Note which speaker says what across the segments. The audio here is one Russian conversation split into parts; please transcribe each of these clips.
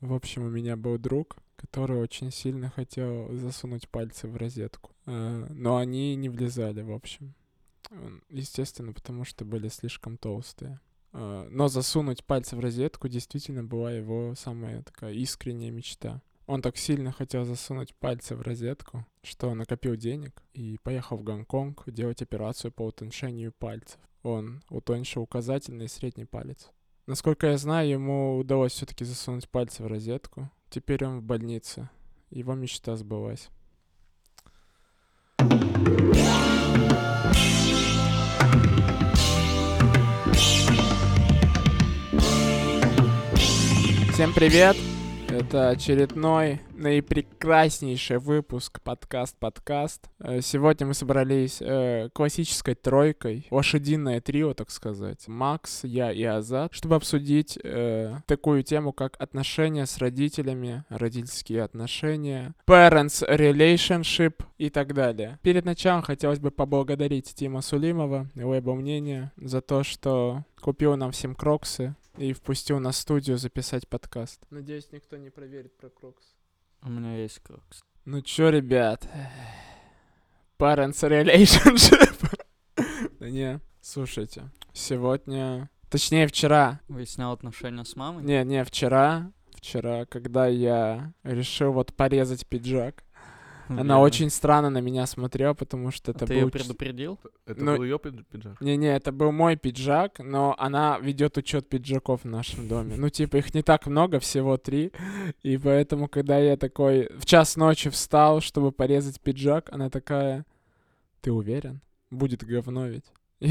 Speaker 1: В общем, у меня был друг, который очень сильно хотел засунуть пальцы в розетку. Э, Но они не влезали, в общем. Он- Естественно, потому что были слишком толстые. Э, Но засунуть пальцы в розетку действительно была его самая такая искренняя мечта. Он так сильно хотел засунуть пальцы в розетку, что накопил денег и поехал в Гонконг делать операцию по утоншению пальцев. Он утоньшил указательный и средний палец. Насколько я знаю, ему удалось все-таки засунуть пальцы в розетку. Теперь он в больнице. Его мечта сбылась. Всем привет! Это очередной наипрекраснейший выпуск подкаст-подкаст. Э, Сегодня мы собрались э, классической тройкой, лошадиное трио, так сказать. Макс, я и Азат, чтобы обсудить э, такую тему, как отношения с родителями, родительские отношения, parents relationship и так далее. Перед началом хотелось бы поблагодарить Тима Сулимова, лейбл мнение, за то, что купил нам всем кроксы и впустил на студию записать подкаст. Надеюсь, никто не проверит про Крокс.
Speaker 2: У меня есть крокс.
Speaker 1: Ну чё, ребят? Parents relationship. да не, слушайте, сегодня... Точнее, вчера.
Speaker 2: Выяснял отношения с мамой?
Speaker 1: Не, не, вчера. Вчера, когда я решил вот порезать пиджак, она очень странно на меня смотрела, потому что это
Speaker 2: А Ты
Speaker 1: был...
Speaker 2: ее
Speaker 1: ч-
Speaker 2: предупредил?
Speaker 3: Это
Speaker 1: Ну,
Speaker 3: был ее пиджак?
Speaker 1: Не-не, это был мой пиджак, но она ведет учет пиджаков в нашем доме. Ну, типа, их не так много, всего три. И поэтому, когда я такой в час ночи встал, чтобы порезать пиджак, она такая, ты уверен? Будет говно ведь. И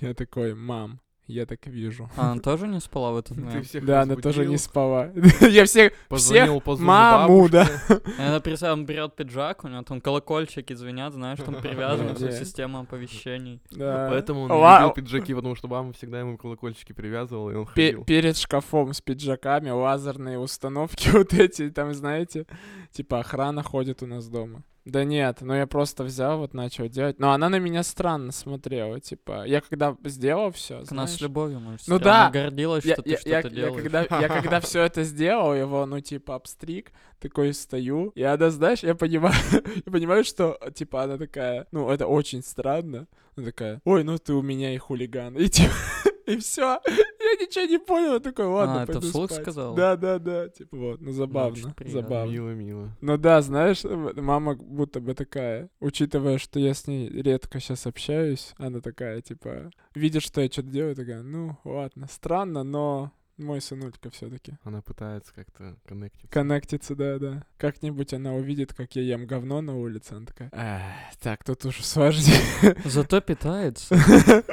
Speaker 1: Я такой, мам, я так вижу.
Speaker 2: Она тоже не спала в этот
Speaker 3: Ты
Speaker 2: момент?
Speaker 3: всех
Speaker 1: Да, она тоже не
Speaker 3: разбудил,
Speaker 1: спала. Я всех,
Speaker 3: позвонил по Зуму
Speaker 1: маму, да.
Speaker 3: бабушке.
Speaker 2: Она представь, он берет пиджак, у него там колокольчики звенят, знаешь, там привязана
Speaker 1: Да.
Speaker 2: вся система оповещений.
Speaker 1: да.
Speaker 3: А Поэтому он
Speaker 1: Ла-
Speaker 3: не любил пиджаки, потому что мама всегда ему колокольчики привязывала, и он
Speaker 1: Пе-
Speaker 3: ходил.
Speaker 1: перед шкафом с пиджаками лазерные установки вот эти, там, знаете, типа охрана ходит у нас дома. Да нет, ну я просто взял, вот начал делать. Но она на меня странно смотрела, типа, я когда сделал все,
Speaker 2: К нас с любовью, может,
Speaker 1: Ну
Speaker 2: всё. Она
Speaker 1: да.
Speaker 2: гордилась,
Speaker 1: я,
Speaker 2: что ты
Speaker 1: я- я-
Speaker 2: что-то
Speaker 1: я
Speaker 2: делаешь.
Speaker 1: когда, я когда все это сделал, его, ну, типа, обстриг, такой стою, и она, знаешь, я понимаю, я понимаю, что, типа, она такая, ну, это очень странно, она такая, ой, ну ты у меня и хулиган, и типа, и все, я ничего не понял, я такой, ладно,
Speaker 2: А, это
Speaker 1: пойду
Speaker 2: вслух
Speaker 1: спать».
Speaker 2: сказала?
Speaker 1: Да, да, да, типа, вот, ну, забавно,
Speaker 2: приятно.
Speaker 1: забавно.
Speaker 3: Мило, мило.
Speaker 1: Ну да, знаешь, м- мама будто бы такая, учитывая, что я с ней редко сейчас общаюсь, она такая, типа, видит, что я что-то делаю, такая, ну ладно, странно, но мой сынулька все-таки.
Speaker 3: Она пытается как-то коннектить.
Speaker 1: Коннектится, да-да. Как-нибудь она увидит, как я ем говно на улице, она такая, «Эх, так, тут уж сложнее.
Speaker 2: Зато питается.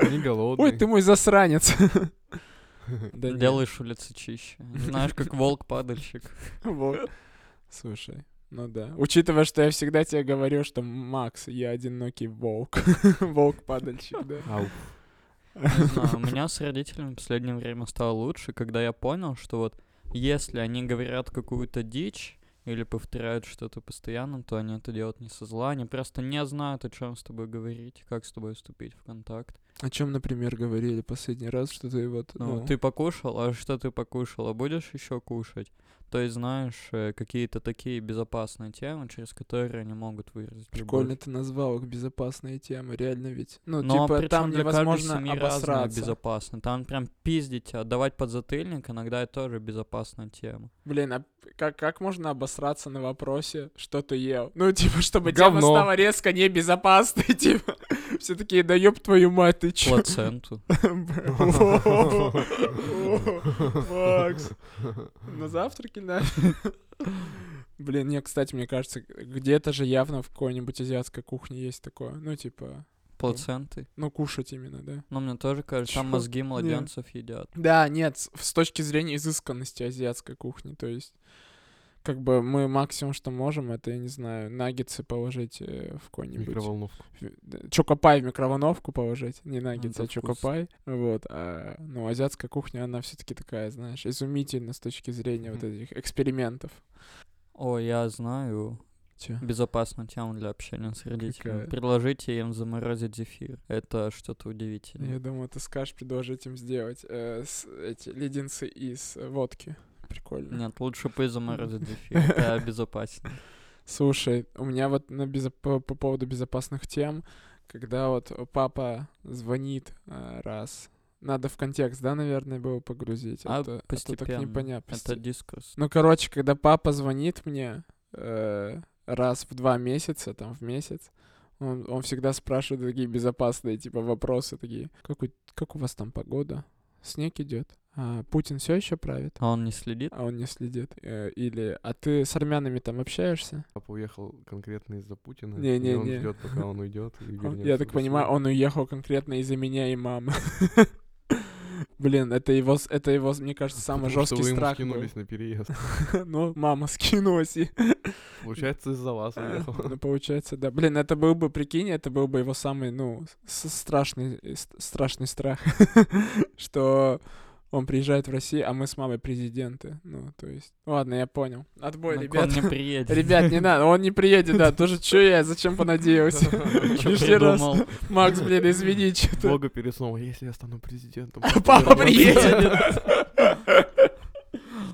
Speaker 3: Не голодный.
Speaker 1: Ой, ты мой засранец. Да нет,
Speaker 2: Делаешь улицы чище. Знаешь, как волк-падальщик.
Speaker 1: вот. Слушай, ну да. Учитывая, что я всегда тебе говорю, что Макс, я одинокий волк. Волк-падальщик, да.
Speaker 3: Ау.
Speaker 2: Не знаю, у меня с родителями в последнее время стало лучше, когда я понял, что вот если они говорят какую-то дичь или повторяют что-то постоянно, то они это делают не со зла, они просто не знают, о чем с тобой говорить, как с тобой вступить в контакт.
Speaker 1: О чем, например, говорили последний раз, что ты вот...
Speaker 2: Ну, ты покушал, а что ты покушал, а будешь еще кушать? То есть, знаешь, э, какие-то такие безопасные темы, через которые они могут выразить любовь.
Speaker 1: Прикольно ты назвал их безопасные темы, реально ведь. Ну,
Speaker 2: Ну, а
Speaker 1: типа,
Speaker 2: причём
Speaker 1: там
Speaker 2: для каждой
Speaker 1: невозможно
Speaker 2: семьи разное
Speaker 1: обосраться.
Speaker 2: безопасно. Там прям пиздить, тебя, отдавать подзатыльник, иногда это тоже безопасная тема.
Speaker 1: Блин, а как, как можно обосраться на вопросе, что ты ел? Ну, типа, чтобы тема
Speaker 3: Говно.
Speaker 1: стала резко небезопасной, типа. Все такие, да ёб твою мать, ты чё?
Speaker 2: Плаценту.
Speaker 1: Макс, на завтраке, на. Блин, не, кстати, мне кажется, где-то же явно в какой-нибудь азиатской кухне есть такое. Ну, типа,
Speaker 2: Плаценты.
Speaker 1: ну, кушать именно, да.
Speaker 2: Но мне тоже кажется, там
Speaker 1: Чё?
Speaker 2: мозги младенцев едят.
Speaker 1: Да, нет, с, с точки зрения изысканности азиатской кухни, то есть как бы мы максимум, что можем, это, я не знаю, наггетсы положить э, в какой-нибудь...
Speaker 3: Микроволновку.
Speaker 1: фи- д- Чокопай в микроволновку положить, не наггетсы,
Speaker 2: это
Speaker 1: а чокопай. Вот, а, ну, азиатская кухня, она все таки такая, знаешь, изумительна с точки зрения вот
Speaker 3: Мгм.
Speaker 1: этих экспериментов.
Speaker 2: О, я знаю
Speaker 1: Чё?
Speaker 2: безопасную тему для общения с родителями.
Speaker 1: Какая?
Speaker 2: Предложите им заморозить зефир. Это что-то удивительное.
Speaker 1: Я думаю, ты скажешь предложить им сделать э, с- эти леденцы из э, водки. прикольно.
Speaker 2: Нет, лучше пыль заморозить эфир, это безопаснее.
Speaker 1: Слушай, у меня вот на безо- по, по поводу безопасных тем, когда вот папа звонит э, раз, надо в контекст, да, наверное, было погрузить.
Speaker 2: А
Speaker 1: то- то так
Speaker 2: постепенно.
Speaker 1: непонятно.
Speaker 2: Это дискурс.
Speaker 1: Ну, короче, когда папа звонит мне э, раз в два месяца, там, в месяц, он, он всегда спрашивает такие безопасные, типа, вопросы такие. Как у, как у вас там погода? Снег идет? А Путин все еще правит?
Speaker 2: А он не следит?
Speaker 1: А он не следит. Э, Или, а ты с армянами там общаешься?
Speaker 3: Папа уехал конкретно из-за Путина.
Speaker 1: Не, не,
Speaker 3: и он
Speaker 1: не.
Speaker 3: ждет, пока он уйдет. и
Speaker 1: Он-
Speaker 3: вернется
Speaker 1: я так
Speaker 3: в
Speaker 1: понимаю,
Speaker 3: Россию.
Speaker 1: он уехал конкретно из-за меня и мамы. Блин, это его, с- это его, мне кажется, самый
Speaker 3: А Потому что
Speaker 1: жесткий
Speaker 3: вы ему
Speaker 1: страх. был.
Speaker 3: скинулись на переезд.
Speaker 1: Ну, мама скинулась и
Speaker 3: Получается, из-за вас
Speaker 1: Э,
Speaker 3: уехал.
Speaker 1: Ну, получается, да. Блин, это был бы, прикинь, это был бы его самый, ну, с- страшный, э, ст- страшный страх, что он приезжает в Россию, а мы с мамой президенты. Ну, то есть... Ладно, я понял. Отбой,
Speaker 2: Так
Speaker 1: ребят.
Speaker 2: Он не приедет.
Speaker 1: Ребят, не надо, он не приедет, да, тоже чё я, зачем понадеялся?
Speaker 2: Чё
Speaker 1: Лишний раз.
Speaker 2: придумал?
Speaker 1: Макс, блин, извини, что-то.
Speaker 3: Бога переснул. Если я стану президентом...
Speaker 1: Папа
Speaker 2: приедет.
Speaker 1: приедет.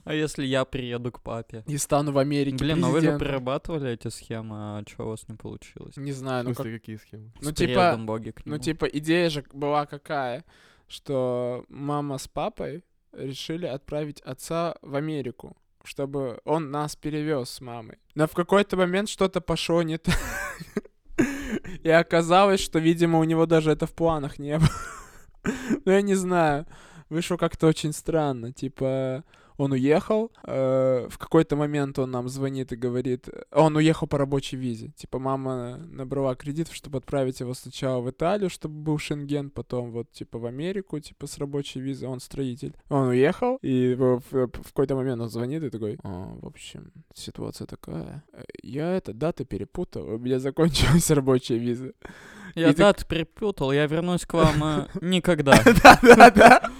Speaker 2: А если я приеду к папе?
Speaker 1: И стану в Америке
Speaker 2: Блин, а вы же
Speaker 1: президентом.
Speaker 2: прорабатывали эти схемы, а чего у вас не получилось?
Speaker 1: Не
Speaker 3: В
Speaker 1: знаю, ну как...
Speaker 3: смысле, какие схемы?
Speaker 1: Ну,
Speaker 2: С
Speaker 1: типа,
Speaker 2: приездом Боги к
Speaker 1: Ну,
Speaker 2: нему.
Speaker 1: типа, идея же была какая, что мама с папой решили отправить отца в Америку, чтобы он нас перевез с мамой. Но в какой-то момент что-то пошло не так. И оказалось, что, видимо, у него даже это в планах не было. Ну, я не знаю. Вышло как-то очень странно. Типа, он уехал, э, в какой-то момент он нам звонит и говорит... Он уехал по рабочей визе. Типа, мама набрала кредит, чтобы отправить его сначала в Италию, чтобы был шенген, потом вот, типа, в Америку, типа, с рабочей визы. Он строитель. Он уехал, и в, в- в какой-то момент он звонит и такой... «А, в общем, ситуация такая. Э, Я это, даты перепутал, у меня закончилась рабочая виза. и
Speaker 2: Я
Speaker 1: так-
Speaker 2: дат перепутал, я вернусь к вам э, никогда.
Speaker 1: Да-да-да.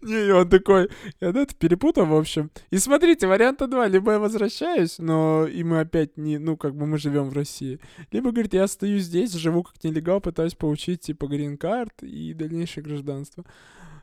Speaker 1: Не, и он такой, я это перепутал, в общем. И смотрите, варианта два. Либо я возвращаюсь, но и мы опять не, ну, как бы мы живем в России. Либо, говорит, я остаюсь здесь, живу как нелегал, пытаюсь получить, типа, грин-карт и дальнейшее гражданство.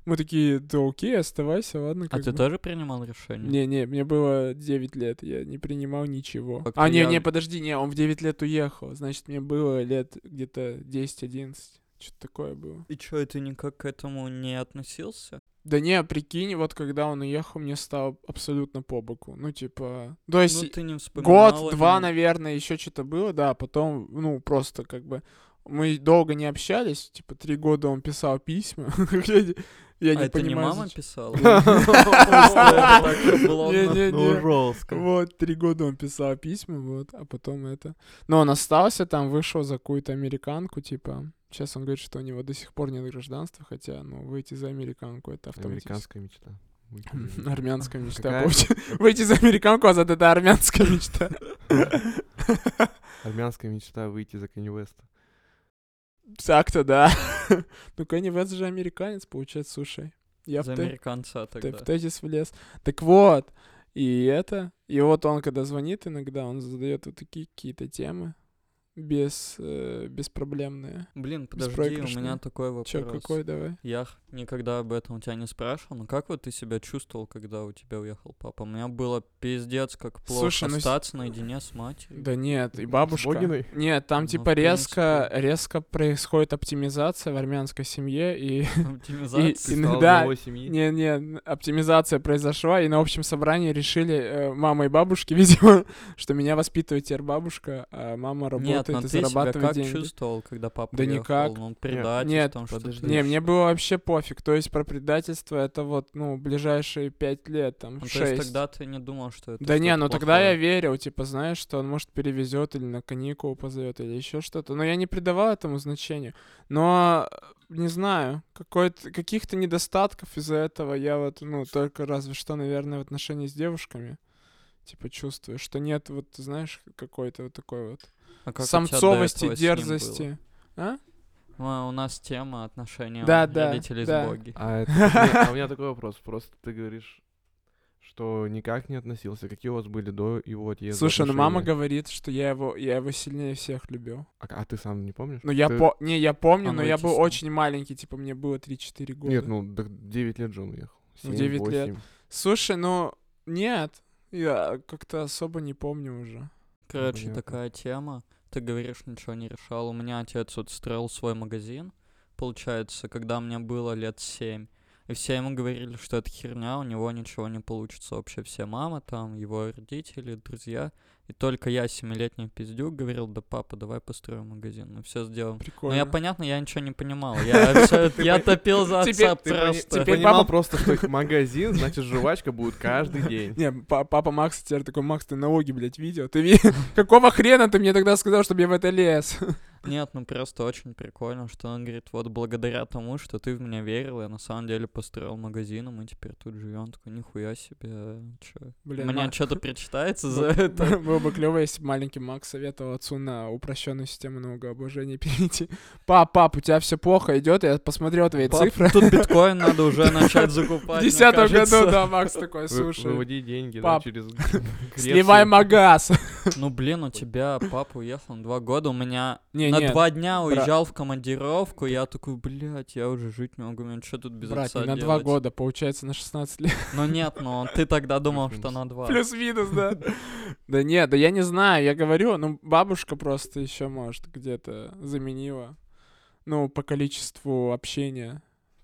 Speaker 1: Мы такие, да окей, оставайся, ладно.
Speaker 2: А
Speaker 1: как
Speaker 2: ты
Speaker 1: бы».
Speaker 2: тоже принимал решение?
Speaker 1: Не-не, мне было 9 лет, я не принимал ничего.
Speaker 2: Как-то
Speaker 1: а, не,
Speaker 2: я-
Speaker 1: не, подожди, не, он в 9 лет уехал. Значит, мне было лет где-то 10-11. Что-то такое было.
Speaker 2: И чё, ты никак к этому не относился?
Speaker 1: Да не, а прикинь, вот когда он уехал, мне стало абсолютно по боку. Ну, типа... То есть
Speaker 2: Ну, ты не вспоминал. о
Speaker 1: год, два,
Speaker 2: нём.
Speaker 1: наверное, еще что-то было, да, потом, ну, просто как бы... Мы долго не общались, типа, три года он писал письма. Я не- Я
Speaker 2: А
Speaker 1: не
Speaker 2: это не
Speaker 1: понимаю...
Speaker 2: мама
Speaker 1: зачем.
Speaker 2: писала? Просто это так было Ну, у нас.
Speaker 1: Не-не-не.
Speaker 3: жестко.
Speaker 1: Вот, три года он писал письма, вот, а потом это. Но он остался там, вышел за какую-то американку, типа. Сейчас он говорит, что у него до сих пор нет гражданства, хотя, ну, выйти за американку это автоматически.
Speaker 3: Американская мечта.
Speaker 1: Армянская мечта.
Speaker 3: Какая?
Speaker 1: получи- Выйти за американку, а зато это армянская мечта.
Speaker 3: Армянская мечта выйти за Кенни Уэста.
Speaker 1: Так-то да. Ну, Кенни Вест же американец, получается, слушай. Я в
Speaker 2: За
Speaker 1: те-
Speaker 2: американца
Speaker 1: те-
Speaker 2: тогда.
Speaker 1: в тезис влез. Так вот, и это. И вот он, когда звонит иногда, он задает вот такие какие-то темы без, э, беспроблемные.
Speaker 2: Блин, подожди, у
Speaker 1: Беспроигрышные.
Speaker 2: меня такой
Speaker 1: Чё,
Speaker 2: вопрос.
Speaker 1: какой давай?
Speaker 2: Я х- никогда об этом у тебя не спрашивал, но как вот ты себя чувствовал, когда у тебя уехал папа? У меня было пиздец, как плохо
Speaker 1: Слушай, ну с-
Speaker 2: остаться наедине с матерью.
Speaker 1: Да нет, и
Speaker 3: С
Speaker 1: бабушка.
Speaker 3: Богиной?
Speaker 1: Нет, там
Speaker 2: Ну,
Speaker 1: типа
Speaker 2: в
Speaker 1: резко, резко происходит оптимизация в армянской семье, и
Speaker 2: Оптимизация.
Speaker 1: и-
Speaker 3: Стал
Speaker 1: Иногда-
Speaker 3: главой семьи.
Speaker 1: Не-не, н- оптимизация произошла, и на общем собрании решили э, мама и бабушки, видимо, что меня воспитывает теперь бабушка, а мама
Speaker 2: Нет,
Speaker 1: работает
Speaker 2: но
Speaker 1: и
Speaker 2: ты себя
Speaker 1: зарабатывает
Speaker 2: как
Speaker 1: деньги.
Speaker 2: чувствовал, когда папа
Speaker 1: Да
Speaker 2: уехал?
Speaker 1: никак.
Speaker 2: Ну, предатель,
Speaker 1: Нет,
Speaker 2: там, что
Speaker 3: подожди.
Speaker 2: ты-
Speaker 1: Не, мне было вообще пофиг. То есть про предательство это вот, ну, ближайшие пять лет, там,
Speaker 2: Ну, то есть
Speaker 1: шесть.
Speaker 2: тогда ты не думал, что это А
Speaker 1: Да не,
Speaker 2: что-то
Speaker 1: ну тогда я
Speaker 2: плохое?
Speaker 1: верил, типа, знаешь, что он, может, перевезет или на каникулы позовет, или еще что-то. Но я не придавал этому значению. Но э, не знаю, какой-то, каких-то недостатков из-за этого я вот, ну, только разве что, наверное, в отношении с девушками типа чувствую, что нет вот, знаешь, какой-то вот такой вот
Speaker 2: А как у тебя до
Speaker 1: самцовости,
Speaker 2: этого с ним было?
Speaker 1: дерзости. А?
Speaker 2: Ну, у нас тема отношения
Speaker 1: Да, да,
Speaker 2: родителей
Speaker 1: да.
Speaker 2: с боги.
Speaker 3: А это- не, а у меня такой вопрос. Просто ты говоришь, что никак не относился. Какие у вас были до его отъезда
Speaker 1: Слушай, ну мама
Speaker 3: отношения?
Speaker 1: говорит, что я его, я его сильнее всех любил.
Speaker 3: А, а ты сам не помнишь?
Speaker 1: Ну я
Speaker 3: Ты-
Speaker 1: по... Не, я помню,
Speaker 2: Он
Speaker 1: но я был
Speaker 2: вытеснил.
Speaker 1: очень маленький, типа мне было 3-4 года.
Speaker 3: Нет, ну так 9 лет же он уехал.
Speaker 1: Ну,
Speaker 3: Семь,
Speaker 1: 9 лет.
Speaker 3: восемь.
Speaker 1: Слушай, ну, Нет, я как-то особо не помню
Speaker 2: Ну,
Speaker 1: уже.
Speaker 2: Короче,
Speaker 3: понятно.
Speaker 2: такая тема. Ты говоришь, ничего не решал. У меня отец вот строил свой магазин, получается, когда мне было лет семь. И все ему говорили, что это херня, у него ничего не получится вообще. Все мама там, его родители, друзья. И только я, семилетний пиздюк, говорил, да папа, давай построим магазин. Мы все сделаем. Ну,
Speaker 1: Прикольно.
Speaker 2: я, понятно, я ничего не понимал. Я, всё-
Speaker 3: Ты
Speaker 2: я
Speaker 3: пон-
Speaker 2: топил за
Speaker 3: Теперь
Speaker 2: отца
Speaker 3: ты пони-
Speaker 2: просто.
Speaker 3: ты
Speaker 1: Теперь
Speaker 3: понимал
Speaker 1: мама-
Speaker 3: просто, что магазин, значит, жвачка будет каждый день.
Speaker 1: Не, па- папа Макс теперь такой, Макс, ты налоги, блядь, видел? Ты ви- Какого хрена ты мне тогда сказал, чтобы я в это лез?
Speaker 2: Нет, ну просто очень прикольно, что он говорит, вот благодаря тому, что ты в меня верил, я на самом деле построил магазин, и мы теперь тут живем. Такой, нихуя себе, чё.
Speaker 1: Блин,
Speaker 2: Мне
Speaker 1: Ма-
Speaker 2: что-то причитается за
Speaker 1: Б-
Speaker 2: это.
Speaker 1: Было бы клево, если бы маленький Макс советовал отцу на упрощенную систему налогообложения перейти. Пап, пап, у тебя все плохо идет, я посмотрел твои
Speaker 2: Пап,
Speaker 1: цифры.
Speaker 2: Тут биткоин надо уже начать
Speaker 1: В
Speaker 2: закупать. мне
Speaker 1: десятом году,
Speaker 2: кажется.
Speaker 1: да, Макс такой,
Speaker 3: Вы-
Speaker 1: слушай,
Speaker 3: Выводи деньги да,
Speaker 1: Пап,
Speaker 3: через г- Грецию.
Speaker 1: сливай магаз.
Speaker 2: Ну блин, у тебя папа уехал на два года, у меня
Speaker 1: Не,
Speaker 2: на
Speaker 1: не,
Speaker 2: два дня
Speaker 1: бра-
Speaker 2: уезжал в командировку, я такой, блядь, я уже жить не могу, мне что тут без
Speaker 1: брат,
Speaker 2: отца
Speaker 1: не на
Speaker 2: делать?»
Speaker 1: два года, получается на 16 лет.
Speaker 2: Ну нет, но ты тогда думал, что на два.
Speaker 1: Плюс-минус, да. Да нет, да я не знаю, я говорю, ну бабушка просто еще, может, где-то заменила. Ну, по количеству общения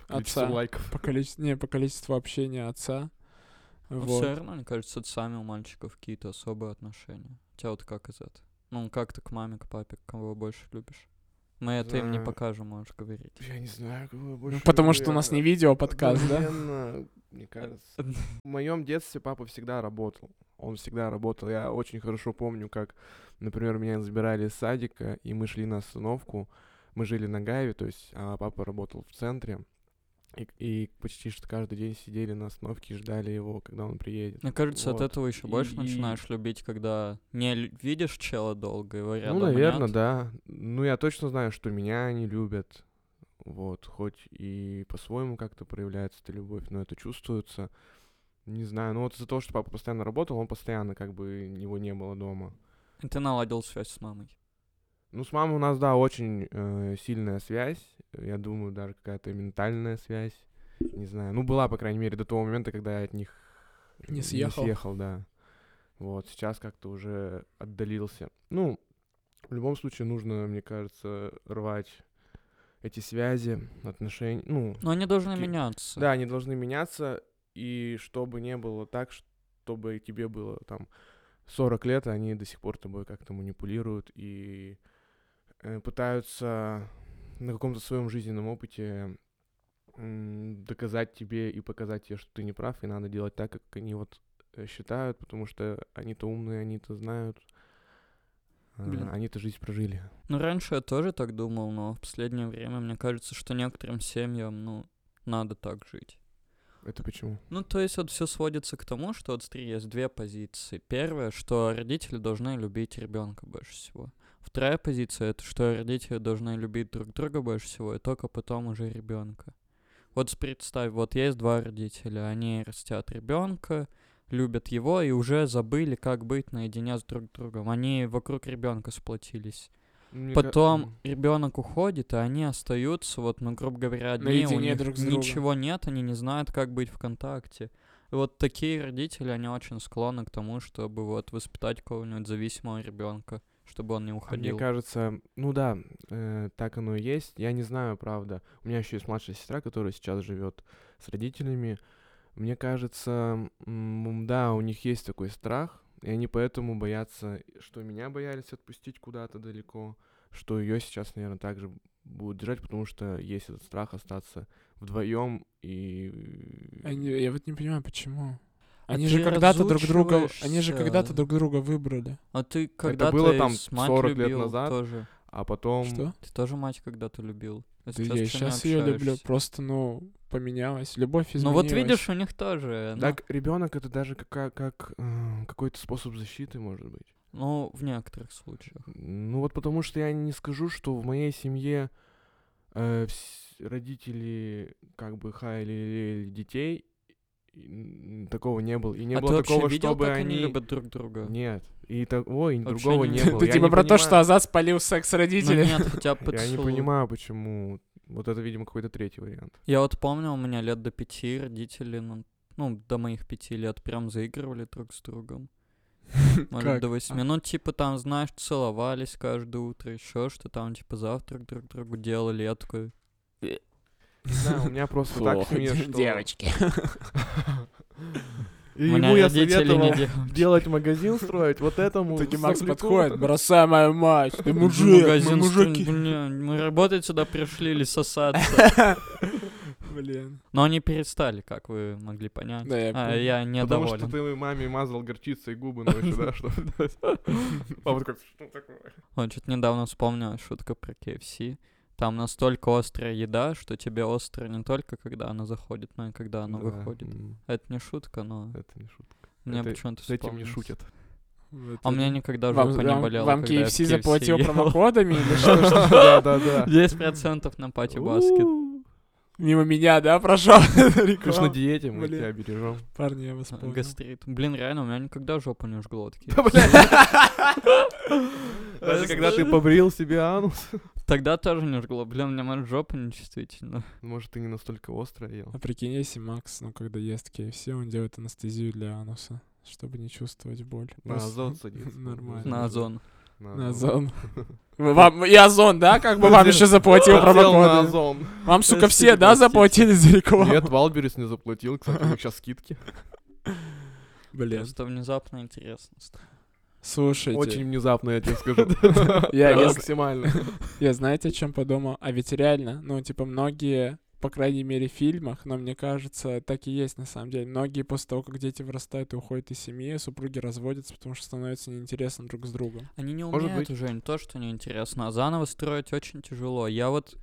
Speaker 3: Количество
Speaker 1: отца.
Speaker 3: лайков.
Speaker 1: По количеству, не, по количеству общения отца.
Speaker 2: Но
Speaker 1: Вот.
Speaker 2: все Ну, равно, мне кажется, это сами у мальчиков какие-то особые отношения. У тебя вот как из этого? Ну, как ты к маме, к папе, кого больше любишь? Мы это им не
Speaker 3: знаю.
Speaker 2: покажем, можешь говорить.
Speaker 3: Я не знаю, кого я
Speaker 1: Ну,
Speaker 3: больше
Speaker 1: потому
Speaker 3: люблю,
Speaker 1: что у нас
Speaker 3: я-
Speaker 1: не видео а подкаст, да?
Speaker 3: Охуенно, Мне кажется. В моем детстве папа всегда работал. Он всегда работал. Я очень хорошо помню, как, например, меня забирали из садика, и мы шли на остановку. Мы жили на Гаеве, то есть а, папа работал в центре. И, и почти что каждый день сидели на остановке и ждали его, когда он приедет.
Speaker 2: Мне кажется,
Speaker 3: Вот.
Speaker 2: от этого еще больше
Speaker 3: И-
Speaker 2: начинаешь любить, когда не лю- видишь чела долго, его рядом
Speaker 3: Ну, наверное,
Speaker 2: нет.
Speaker 3: да. Ну, я точно знаю, что меня они любят. Вот, хоть и по-своему как-то проявляется эта любовь, но это чувствуется. Не знаю, ну вот из-за того, что папа постоянно работал, он постоянно как бы его не было дома.
Speaker 2: И ты наладил связь с мамой.
Speaker 3: Ну, с мамой у нас, да, очень э, сильная связь. Я думаю, даже какая-то ментальная связь. Не знаю. Ну, была, по крайней мере, до того момента, когда я от них
Speaker 1: Не съехал.
Speaker 3: да. Вот, сейчас как-то уже отдалился. Ну, в любом случае нужно, мне кажется, рвать эти связи, отношения. Ну,
Speaker 2: Но они должны
Speaker 3: Такие-
Speaker 2: меняться.
Speaker 3: да, они должны меняться, и чтобы не было так, чтобы тебе было там 40 лет, а они до сих пор тобой как-то манипулируют и э, пытаются на каком-то своем жизненном опыте м, доказать тебе и показать тебе, что ты не прав, и надо делать так, как они вот э, считают, потому что они-то умные, они-то знают, а,
Speaker 2: Блин.
Speaker 3: они-то жизнь прожили.
Speaker 2: Ну, раньше я тоже так думал, но в последнее время мне кажется, что некоторым семьям, ну, надо так жить.
Speaker 3: Это почему?
Speaker 2: Ну, то есть вот все сводится к тому, что вот смотри, есть две позиции. Первая, что родители должны любить ребенка больше всего. Вторая позиция это что родители должны любить друг друга больше всего, и только потом уже ребенка. Вот с- представь, вот есть два родителя, они растят ребенка, любят его и уже забыли, как быть наедине с друг другом. Они вокруг ребенка сплотились.
Speaker 3: Мне ка-
Speaker 2: Потом
Speaker 3: М.
Speaker 2: ребенок уходит, и они остаются, вот, ну, грубо говоря, одни, у
Speaker 1: Наедине
Speaker 2: них
Speaker 1: друг с другом.
Speaker 2: ничего нет, они не знают, как быть в контакте. И вот такие родители, они очень склонны к тому, чтобы вот воспитать какого-нибудь зависимого ребенка, чтобы он не
Speaker 3: А Мне
Speaker 2: уходил.
Speaker 3: кажется, ну да, э, так оно и есть. Я не знаю, правда. У меня еще есть младшая сестра, которая сейчас живет с родителями. Мне кажется, м, да, у них есть такой страх, и они поэтому боятся, что меня боялись отпустить куда-то далеко, что ее сейчас, наверное, также будут держать, потому что есть этот страх остаться вдвоем и
Speaker 1: Они- я вот А не понимаю, почему.
Speaker 2: А
Speaker 1: Они
Speaker 2: ты
Speaker 1: же когда-то друг друга, они же
Speaker 2: разучиваешься.
Speaker 1: когда-то друг друга выбрали.
Speaker 2: А ты когда-то
Speaker 3: было там
Speaker 2: с- мать
Speaker 3: 40 лет
Speaker 2: любил
Speaker 3: назад.
Speaker 2: тоже.
Speaker 3: а потом
Speaker 1: Что?
Speaker 2: Ты тоже мать когда-то любил. А
Speaker 1: Да
Speaker 2: сейчас
Speaker 1: я
Speaker 2: чё не
Speaker 1: сейчас ее люблю,
Speaker 2: общаешься?
Speaker 1: просто, ну, поменялась, любовь
Speaker 2: Ну
Speaker 1: изменилась.
Speaker 2: вот видишь, у них тоже. ну,
Speaker 3: так ребенок это даже кака- как э, какой-то способ защиты может быть.
Speaker 2: ну, в некоторых случаях.
Speaker 3: Ну вот потому что я не скажу, что в моей семье э, вс- родители как бы хаяли детей, и, м, такого не было. И не
Speaker 2: а ты
Speaker 3: было
Speaker 2: вообще
Speaker 3: такого,
Speaker 2: видел,
Speaker 3: чтобы
Speaker 2: как
Speaker 3: они...
Speaker 2: они любят друг друга? Ну,
Speaker 3: Нет. И того, и
Speaker 2: Вообще
Speaker 3: другого
Speaker 2: не-
Speaker 3: не
Speaker 2: Ты
Speaker 3: было.
Speaker 1: Ты
Speaker 3: Я
Speaker 1: типа
Speaker 3: не
Speaker 1: про то, что
Speaker 3: понимаю-
Speaker 1: Азат спалил секс
Speaker 2: Ну
Speaker 1: родителей.
Speaker 2: нет, хотя бы
Speaker 3: Я не
Speaker 2: поцелуй.
Speaker 3: понимаю, почему... Вот это, видимо, какой-то третий вариант.
Speaker 2: Я вот помню, у меня лет до пяти родители, ну, ну, до моих пяти лет прям заигрывали друг с другом. Может,
Speaker 1: Как? А.
Speaker 2: до восьми. Ну, типа, там, знаешь, целовались каждое утро, еще что там, типа, завтрак друг другу делали. Я такой,
Speaker 3: Не знаю, у меня просто так в семье, что- И
Speaker 2: у
Speaker 3: ему
Speaker 2: меня
Speaker 3: я
Speaker 2: родители
Speaker 3: советовал
Speaker 2: не делают.
Speaker 3: делать магазин строить, вот этому...
Speaker 1: Таки Макс
Speaker 3: сопляку.
Speaker 1: подходит, бросай мою мать, ты
Speaker 2: В
Speaker 1: мужик, мы
Speaker 2: «Ну, магазин строим,
Speaker 1: мужики.
Speaker 2: бля, мы работать сюда пришли или сосаться.
Speaker 1: Блин.
Speaker 2: Но они перестали, как вы могли понять.
Speaker 1: Да, я
Speaker 2: А,
Speaker 1: понял.
Speaker 2: я
Speaker 3: Потому что
Speaker 2: недоволен.
Speaker 3: ты моей маме мазал горчицей губы ночью, да, что... Папа такой, что такое?
Speaker 2: Вот, что-то недавно вспомнил шутка про KFC. Там настолько острая еда, что тебе остро не только когда она заходит, но и когда она
Speaker 3: Да,
Speaker 2: выходит.
Speaker 3: м,
Speaker 2: Это не шутка, но
Speaker 3: Это не шутка.
Speaker 2: мне
Speaker 3: это-
Speaker 2: почему-то
Speaker 3: С этим не
Speaker 2: вспомнилось.
Speaker 3: шутят.
Speaker 1: Вот
Speaker 2: А у
Speaker 1: это-
Speaker 2: меня никогда
Speaker 1: Вам,
Speaker 2: жопа не
Speaker 1: вам-
Speaker 2: болела,
Speaker 1: вам
Speaker 2: когда я в
Speaker 1: KFC заплатил
Speaker 2: ел.
Speaker 1: промокодами или что?
Speaker 3: Да, да, да.
Speaker 2: 10% на пати баскет.
Speaker 1: Мимо меня, да, прошел?
Speaker 3: Ты ж на диете, мы
Speaker 1: Блин.
Speaker 3: тебя бережем.
Speaker 1: Парни, я
Speaker 2: А,
Speaker 1: вас понял.
Speaker 2: Гастрит. Блин, реально, у меня никогда жопа не жгла. от
Speaker 3: Да,
Speaker 2: KFC.
Speaker 3: блядь. Даже когда ты побрил себе анус.
Speaker 2: Тогда тоже не жгло. Блин, у меня моя жопа нечувствительна.
Speaker 3: Может, ты не настолько остро ел.
Speaker 1: А прикинь, если Макс, ну, когда ест KFC, он делает анестезию для ануса, чтобы не чувствовать боль.
Speaker 3: На
Speaker 1: Просто
Speaker 3: озон садится.
Speaker 1: Нормально.
Speaker 3: ну
Speaker 2: На озон.
Speaker 1: На озон. Вы- Вам, и озон, да? Как бы вам
Speaker 3: Подел-
Speaker 1: еще заплатил
Speaker 3: Подсел на
Speaker 1: промокоды?
Speaker 3: озон.
Speaker 1: Вам, сука,
Speaker 2: Простите,
Speaker 1: все, да,
Speaker 2: простите.
Speaker 1: заплатили за рекламу?
Speaker 3: Нет, Валберис не заплатил, кстати, у них сейчас скидки.
Speaker 1: Блин.
Speaker 2: Просто внезапно интересно. стало.
Speaker 1: Слушайте,
Speaker 3: Очень внезапно, я тебе скажу.
Speaker 1: Я-
Speaker 3: Прям
Speaker 1: я-
Speaker 3: максимально.
Speaker 1: я знаете, о чем подумал? А ведь реально, ну, типа, многие по крайней мере, в фильмах, но мне кажется, так и есть на самом деле. Многие после того, как дети вырастают и уходят из семьи, супруги разводятся, потому что становятся неинтересны друг с другом.
Speaker 2: Они не
Speaker 3: Может
Speaker 2: умеют
Speaker 3: быть.
Speaker 2: уже не то, что неинтересно, а заново строить очень тяжело. Я вот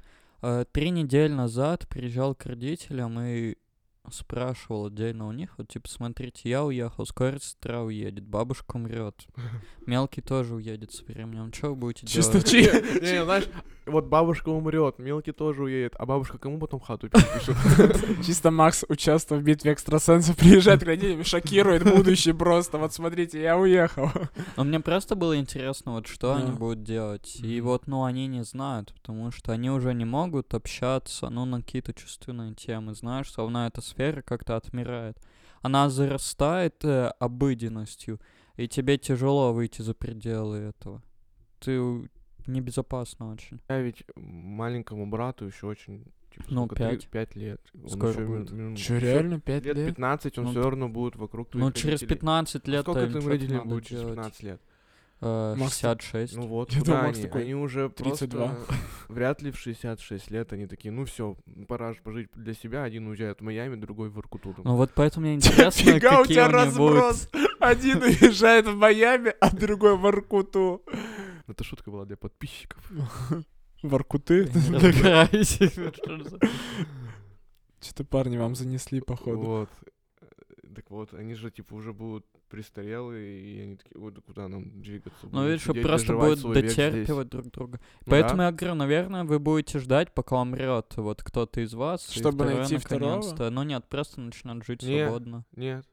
Speaker 2: э, три недели назад приезжал к родителям и спрашивал отдельно у них, вот типа, смотрите, я уехал, скоро сестра уедет, бабушка умрет, мелкий тоже уедет со временем, что вы будете
Speaker 1: Чисто
Speaker 2: делать?
Speaker 1: чи-
Speaker 3: Не, не, знаешь, вот бабушка умрет, мелкий тоже уедет, а бабушка кому потом хату перепишет?
Speaker 1: Чисто Макс участвовал в битве экстрасенсов, приезжает к родителям, шокирует будущее просто. Вот смотрите, я уехал.
Speaker 2: Но мне просто было интересно, вот что они
Speaker 1: Да.
Speaker 2: будут делать. И
Speaker 1: Мгм.
Speaker 2: вот, ну, они не знают, потому что они уже не могут общаться, ну, на какие-то чувственные темы. Знаешь, словно эта сфера как-то отмирает. Она зарастает э, обыденностью, и тебе тяжело выйти за пределы этого. Ты у- небезопасно очень.
Speaker 3: Я ведь маленькому брату еще очень... типа,
Speaker 2: Ну,
Speaker 3: сколько, три-
Speaker 2: пять.
Speaker 3: пять лет. Он
Speaker 2: Скоро
Speaker 3: ещё
Speaker 2: будет?
Speaker 3: ми- ми-
Speaker 1: Че,
Speaker 3: ещё
Speaker 1: реально, пять
Speaker 3: Лет
Speaker 1: лет?
Speaker 3: 15 он
Speaker 2: Ну,
Speaker 3: все равно будет вокруг твоих
Speaker 2: ну, через
Speaker 3: родителей.
Speaker 2: 15 лет
Speaker 3: А Сколько
Speaker 2: им
Speaker 3: твоим
Speaker 2: что-то
Speaker 3: родителям
Speaker 2: надо
Speaker 3: будет через
Speaker 2: делать?
Speaker 3: 15 лет?
Speaker 2: Э,
Speaker 1: Макс, ты-
Speaker 2: 66.
Speaker 3: Ну вот,
Speaker 1: Я
Speaker 3: куда
Speaker 1: думал, Макс
Speaker 3: они?
Speaker 1: такой,
Speaker 3: Они уже
Speaker 1: 32.
Speaker 3: просто... Вряд ли в 66 лет они такие, ну все, пора ж пожить для себя. Один уезжает в Майами, другой в Иркуту. там.
Speaker 2: Ну вот поэтому мне интересно,
Speaker 1: Фига у
Speaker 2: какие
Speaker 1: тебя
Speaker 2: у них будут
Speaker 1: разброс. Один уезжает в Майами, а другой в Аркуту.
Speaker 3: Ну, Это шутка была для подписчиков.
Speaker 1: В Аркуты?
Speaker 2: Не разбирайся, что ж за-
Speaker 1: Что-то парни вам занесли, походу.
Speaker 3: Вот. Э, Так вот, они же типа уже будут престарелые, и они такие, вот куда нам двигаться?
Speaker 2: Ну,
Speaker 3: Будем
Speaker 2: видишь, вы
Speaker 3: сидеть,
Speaker 2: просто
Speaker 3: доживать
Speaker 2: будут
Speaker 3: свой век здесь».
Speaker 2: дотерпивать друг друга.
Speaker 3: Ну
Speaker 2: Поэтому
Speaker 3: да.
Speaker 2: я говорю, наверное, вы будете ждать, пока умрет вот кто-то из вас. и
Speaker 1: Чтобы
Speaker 2: второй
Speaker 1: найти второго?
Speaker 2: наконец-то. Ну нет, просто начинают жить
Speaker 3: Не.
Speaker 2: свободно.
Speaker 3: Нет.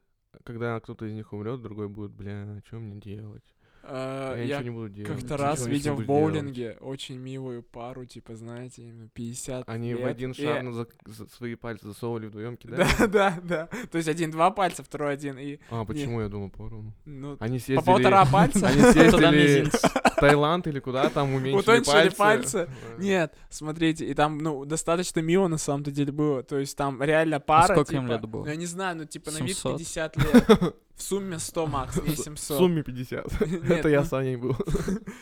Speaker 3: Когда кто-то из них умрет, другой будет, бля, что мне делать?
Speaker 1: Э,
Speaker 3: я,
Speaker 1: Я
Speaker 3: ничего не буду делать.
Speaker 1: как-то
Speaker 3: ничего
Speaker 1: раз
Speaker 3: не
Speaker 1: видел
Speaker 3: буду
Speaker 1: в
Speaker 3: делать».
Speaker 1: боулинге очень милую пару, типа, знаете, им 50
Speaker 3: Они в
Speaker 1: лет,
Speaker 3: один
Speaker 1: и-
Speaker 3: шар ну, на за- за- свои пальцы засовывали вдвоем, кидали.
Speaker 1: Да, да, да. То есть один два пальца, второй один, и,
Speaker 3: А, почему я думал поровну?
Speaker 1: ну,
Speaker 3: Они
Speaker 1: по
Speaker 3: съездили...
Speaker 1: полтора пальца.
Speaker 3: Они
Speaker 2: Туда
Speaker 3: съездили
Speaker 2: Ну, мизинец.
Speaker 3: в Таиланд или куда там, уменьшили
Speaker 1: Утончили
Speaker 3: пальцы.
Speaker 1: пальцы.
Speaker 3: Да.
Speaker 1: Нет, смотрите, и там, ну, достаточно мило на самом-то деле было. То есть там
Speaker 3: А
Speaker 1: реально пара.
Speaker 2: сколько им
Speaker 1: типа,
Speaker 2: лет было?
Speaker 1: Ну, я не знаю, ну, типа, на вид
Speaker 2: 700?
Speaker 1: 50 лет. В сумме 100 макс, не 700.
Speaker 3: В сумме 50.
Speaker 1: Нет,
Speaker 3: Это я
Speaker 1: ну,
Speaker 3: с Аней был.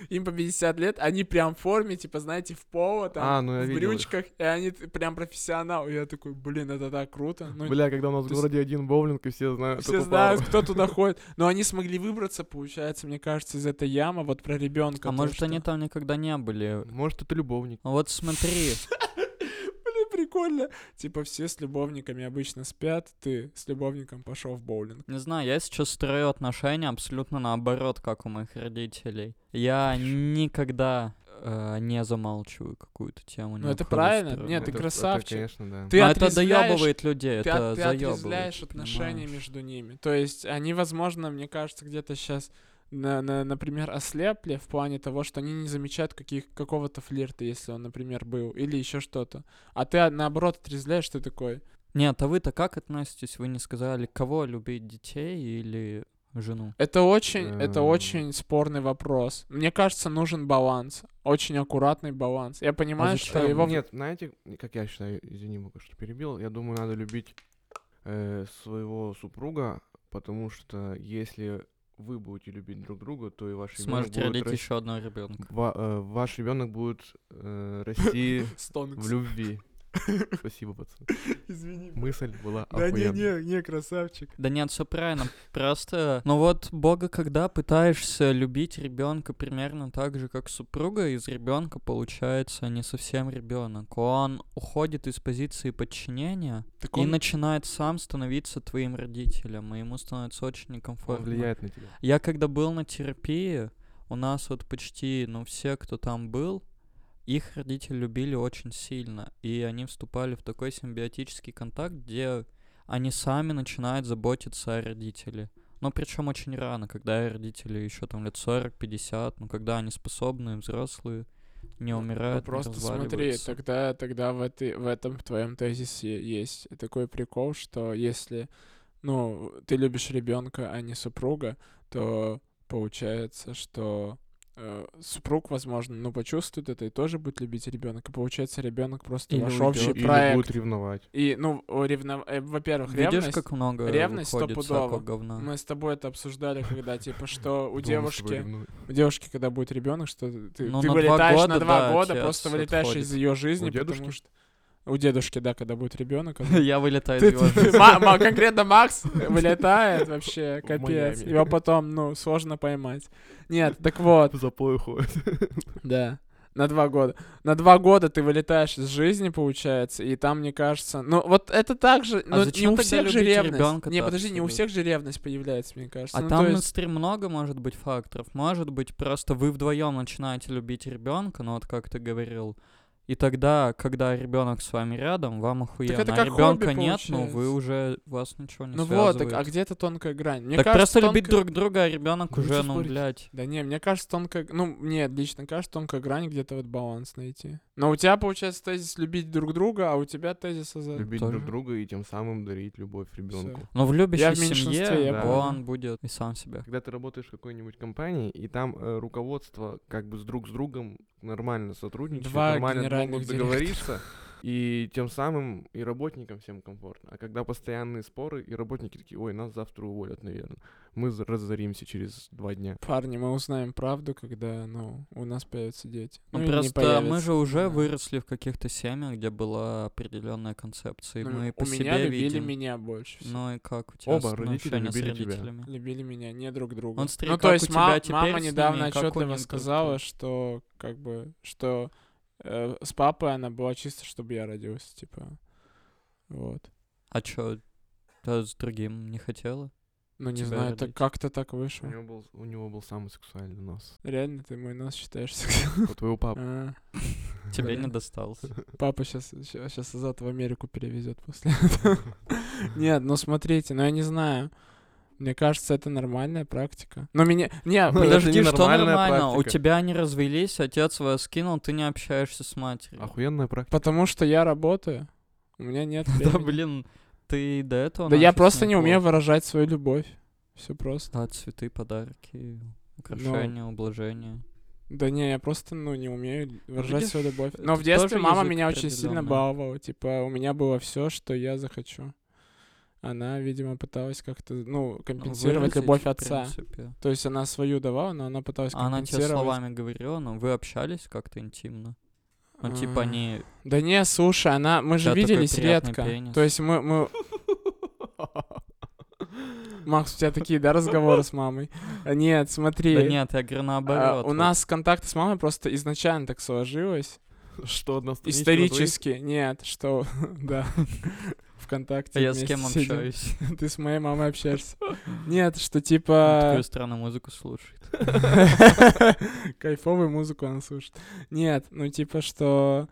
Speaker 1: Им по 50 лет, они прям в форме, типа, знаете, в поло, там,
Speaker 3: А, ну я
Speaker 1: в
Speaker 3: видел. их.
Speaker 1: брючках, и они т- прям профессионал. И я такой, блин, это так круто. Ну,
Speaker 3: Бля, когда у нас в
Speaker 1: то есть-
Speaker 3: городе один боулинг, и все знают
Speaker 1: Все
Speaker 3: эту
Speaker 1: знают,
Speaker 3: пару.
Speaker 1: кто туда ходит. Но они смогли выбраться, получается, мне кажется, из этой ямы, вот про ребенка.
Speaker 2: А может, они там никогда не были.
Speaker 3: Может, это любовник.
Speaker 2: А Вот смотри,
Speaker 1: Блин, прикольно. Типа, все с любовниками обычно спят, ты с любовником пошел в боулинг.
Speaker 2: не знаю, я сейчас строю отношения абсолютно наоборот, как у моих родителей. Я никогда э, не замалчиваю какую-то тему.
Speaker 1: Ну, это
Speaker 2: необходимую
Speaker 1: правильно.
Speaker 2: строю.
Speaker 1: Нет, ты
Speaker 3: Это-
Speaker 1: красавчик.
Speaker 3: Это, конечно, да.
Speaker 1: Ты
Speaker 2: Но А это
Speaker 1: отрезвляешь-
Speaker 2: доебывает людей,
Speaker 1: ты,
Speaker 2: это
Speaker 1: от- ты
Speaker 2: заебывает.
Speaker 1: отрезвляешь отношения
Speaker 2: понимаешь?
Speaker 1: между ними. То есть они, возможно, мне кажется, где-то сейчас, на, на- например, ослепли в плане того, что они не замечают каких, какого-то флирта, если он, например, был, или еще что-то. А ты, а, наоборот, отрезвляешь, ты такой,
Speaker 2: Нет, а вы-то как относитесь? Вы не сказали, кого любить, детей или жену?
Speaker 1: Это очень, это
Speaker 3: Эм.
Speaker 1: очень спорный вопрос. Мне кажется, нужен баланс, очень аккуратный баланс. Я понимаю, что
Speaker 2: А зачем?
Speaker 1: его в-
Speaker 3: Нет, Э, знаете, как я считаю, извини, Бука, что перебил, я думаю, надо любить э, своего супруга, потому что если вы будете любить друг друга, то и ваш ребенок
Speaker 2: Сможете родить
Speaker 3: ну, будет расти-
Speaker 2: еще одного ребенка.
Speaker 3: ва- э, ваш ребенок будет э, расти в
Speaker 1: Стонкс.
Speaker 3: любви. Спасибо, пацаны.
Speaker 1: Извини.
Speaker 3: Мысль была
Speaker 1: Да не,
Speaker 3: охуенная.
Speaker 1: не, не, красавчик.
Speaker 2: Да нет, все правильно. Просто, ну вот, Бога, когда пытаешься любить ребенка примерно так же, как супруга, из ребенка получается не совсем ребенок. Он уходит из позиции подчинения
Speaker 1: Так
Speaker 2: и
Speaker 1: он-
Speaker 2: начинает сам становиться твоим родителем, и ему становится очень
Speaker 3: Он
Speaker 2: некомфортно.
Speaker 3: влияет на тебя.
Speaker 2: Я когда был на терапии, у нас вот почти, ну, все, кто там был, их родители любили очень сильно, и они вступали в такой симбиотический контакт, где они сами начинают заботиться о родителе. Но причем очень рано, когда родители еще там лет 40-50, ну, когда они способны, взрослые, не
Speaker 1: Ну,
Speaker 2: умирают, не
Speaker 1: Просто смотри,
Speaker 2: разваливаются.
Speaker 1: тогда, тогда в, этой, в этом твоем тезисе есть такой прикол, что если ну, ты любишь ребенка, а не супруга, то получается, что э, супруг, возможно, ну, почувствует это и тоже будет любить ребенка. Получается, ребенок просто
Speaker 2: Или
Speaker 1: ваш
Speaker 2: уйдёт.
Speaker 1: общий
Speaker 2: Или
Speaker 3: Или
Speaker 1: проект.
Speaker 3: будет ревновать.
Speaker 1: И, ну, о, ревно- э, во-первых,
Speaker 2: Видишь,
Speaker 1: ревность.
Speaker 2: как много
Speaker 1: ревность
Speaker 2: выходит всякого
Speaker 1: стопудово. Ну,
Speaker 2: говна?
Speaker 1: Мы с тобой это обсуждали, когда, типа, что у
Speaker 3: Думаю, что вы
Speaker 1: девушки...
Speaker 3: ревнуете.
Speaker 1: У девушки, когда будет ребенок, что ты, ты
Speaker 2: Ну, на два
Speaker 1: вылетаешь
Speaker 2: года,
Speaker 1: на два
Speaker 2: да,
Speaker 1: года,
Speaker 2: отец
Speaker 1: просто вылетаешь
Speaker 2: отходит.
Speaker 1: из ее жизни,
Speaker 3: У дедушки?
Speaker 1: потому что у дедушки, да, когда будет ребенок.
Speaker 2: Я вылетаю из его жизни.
Speaker 1: Конкретно Макс вылетает вообще,
Speaker 3: В
Speaker 1: капец.
Speaker 3: Майами.
Speaker 1: Его потом, ну, сложно поймать. Нет, так вот,
Speaker 3: В запой уходит.
Speaker 1: да. На два года. На два года ты вылетаешь из жизни, получается, и там, мне кажется... Ну, вот это так же... ну, не
Speaker 2: А зачем
Speaker 1: у
Speaker 2: тогда
Speaker 1: всех же
Speaker 2: любить
Speaker 1: ревность.
Speaker 2: ребёнка-то
Speaker 1: Не, подожди, не у
Speaker 2: абсолютно?
Speaker 1: всех же ревность появляется, мне кажется.
Speaker 2: А
Speaker 1: Ну, то
Speaker 2: там
Speaker 1: есть-
Speaker 2: настри- много может быть факторов. Может быть, просто вы вдвоем начинаете любить ребенка, ну вот как ты говорил. И тогда, когда ребенок с вами рядом, вам охуенно.
Speaker 1: это
Speaker 2: а
Speaker 1: как
Speaker 2: ребенка
Speaker 1: хобби
Speaker 2: нет, но
Speaker 1: получается.
Speaker 2: вы уже вас ничего не
Speaker 1: Ну вот,
Speaker 2: связывает.
Speaker 1: так, а где эта тонкая грань? Мне
Speaker 2: Так
Speaker 1: кажется,
Speaker 2: просто любить
Speaker 1: тонкая-
Speaker 2: друг друга, а ребенок
Speaker 3: Ну,
Speaker 2: уже,
Speaker 3: что
Speaker 2: ну,
Speaker 3: спорить?
Speaker 2: блядь.
Speaker 1: Да не, мне кажется, тонкая... Ну, мне лично кажется, тонкая грань где-то вот баланс найти. Но у тебя, получается, тезис любить друг друга, а у тебя тезис... за-
Speaker 3: Любить
Speaker 2: Тоже.
Speaker 3: друг друга и тем самым дарить любовь ребенку.
Speaker 1: Всё.
Speaker 2: Но ну, в любящей
Speaker 1: меньшинстве,
Speaker 2: семье типа,
Speaker 1: я
Speaker 3: понял.
Speaker 2: он будет и сам себя.
Speaker 3: Когда ты работаешь в какой-нибудь компании, и там э, руководство как бы с друг с другом нормально сотрудничает,
Speaker 1: Два
Speaker 3: нормально
Speaker 1: генеральных
Speaker 3: могут
Speaker 1: директора.
Speaker 3: договориться, и тем самым и работникам всем комфортно. А когда постоянные споры, и работники такие, ой, нас завтра уволят, наверное. Мы за- разоримся через два дня.
Speaker 1: Парни, мы узнаем правду, когда, ну, у нас появятся дети.
Speaker 2: Ну,
Speaker 1: Ну, и не
Speaker 2: просто
Speaker 1: появятся.
Speaker 2: мы же уже
Speaker 1: да.
Speaker 2: выросли в каких-то семьях, где была определенная концепция. и
Speaker 1: Ну,
Speaker 2: мы
Speaker 1: у
Speaker 2: по
Speaker 1: меня
Speaker 2: себе
Speaker 1: любили
Speaker 2: видим.
Speaker 1: меня больше всего.
Speaker 2: Ну и как у тебя
Speaker 3: Оба
Speaker 2: с- ну,
Speaker 3: родителя
Speaker 2: отношения
Speaker 3: любили
Speaker 2: с
Speaker 3: тебя.
Speaker 2: родителями?
Speaker 1: Любили меня, не друг друга.
Speaker 2: Вот смотри,
Speaker 1: ну,
Speaker 2: как
Speaker 1: то
Speaker 2: у
Speaker 1: есть
Speaker 2: тебя
Speaker 1: ма-
Speaker 2: теперь
Speaker 1: мама
Speaker 2: с ними,
Speaker 1: недавно
Speaker 2: как у
Speaker 1: отчетливо
Speaker 2: них друг
Speaker 1: сказала,
Speaker 2: друга.
Speaker 1: что, как бы, что э, с папой она была чисто, чтобы я родился, типа. Вот.
Speaker 2: А чё, та с другим не хотела?
Speaker 1: Ну, не
Speaker 2: Тебя
Speaker 1: знаю, это
Speaker 2: родить.
Speaker 1: как-то так
Speaker 3: У
Speaker 1: вышло.
Speaker 3: него был, у него был самый сексуальный нос.
Speaker 1: Реально, ты мой нос считаешься.
Speaker 3: У твоего папы.
Speaker 1: А,
Speaker 2: Тебе
Speaker 1: Да.
Speaker 2: не достался.
Speaker 1: Папа сейчас, сейчас Азат в Америку перевезет после этого. Нет, ну смотрите, ну я не знаю. Мне кажется, это нормальная практика. Но меня... Не,
Speaker 3: Ну, это
Speaker 1: подожди,
Speaker 2: Подожди, что
Speaker 3: ненормальная
Speaker 2: нормально? У
Speaker 3: практика.
Speaker 2: тебя они развелись, отец вас скинул, ты не общаешься с матерью.
Speaker 3: Охуенная практика.
Speaker 1: потому что я работаю. У меня нет
Speaker 2: Да
Speaker 1: времени.
Speaker 2: блин, ты до этого...
Speaker 1: Да я
Speaker 2: начал
Speaker 1: просто не
Speaker 2: сначала.
Speaker 1: умею выражать свою любовь. Все просто.
Speaker 2: Да, А, цветы, подарки, украшения,
Speaker 1: Ну.
Speaker 2: ублажения.
Speaker 1: Да не, я просто, ну, не умею выражать свою
Speaker 2: видишь,
Speaker 1: любовь. Но
Speaker 2: это
Speaker 1: в детстве
Speaker 2: тоже
Speaker 1: мама
Speaker 2: язык
Speaker 1: меня очень сильно
Speaker 2: определённый.
Speaker 1: баловала. Типа, у меня было все, что я захочу. Она, видимо, пыталась как-то, ну,
Speaker 2: Ну,
Speaker 1: компенсировать
Speaker 2: выразить,
Speaker 1: любовь
Speaker 2: в
Speaker 1: отца.
Speaker 2: принципе.
Speaker 1: То есть она свою давала, но она пыталась
Speaker 2: А Она тебе
Speaker 1: компенсировать.
Speaker 2: словами говорила, но вы общались как-то интимно? Ну, типа,
Speaker 1: А,
Speaker 2: не...
Speaker 1: Да не, слушай, она... Мы же
Speaker 2: тебя такой
Speaker 1: виделись
Speaker 2: приятный
Speaker 1: редко.
Speaker 2: пенис.
Speaker 1: То есть мы... мы... Макс, у тебя такие, да, разговоры с мамой? А, Нет, смотри.
Speaker 2: Да нет, я говорю
Speaker 1: а,
Speaker 2: наоборот.
Speaker 1: у
Speaker 2: вот.
Speaker 1: нас контакты с мамой просто изначально так сложилось.
Speaker 3: Что одна страничка на двоих?
Speaker 1: Исторически. Нет, что... Да.
Speaker 2: А
Speaker 1: Вконтакте
Speaker 2: Я с кем
Speaker 1: вместе сидим.
Speaker 2: общаюсь?
Speaker 1: Ты с моей мамой общаешься. Нет, что
Speaker 2: Он
Speaker 1: типа...
Speaker 2: Такую странную музыку слушает.
Speaker 1: Кайфовую музыку она слушает. Нет, ну типа, что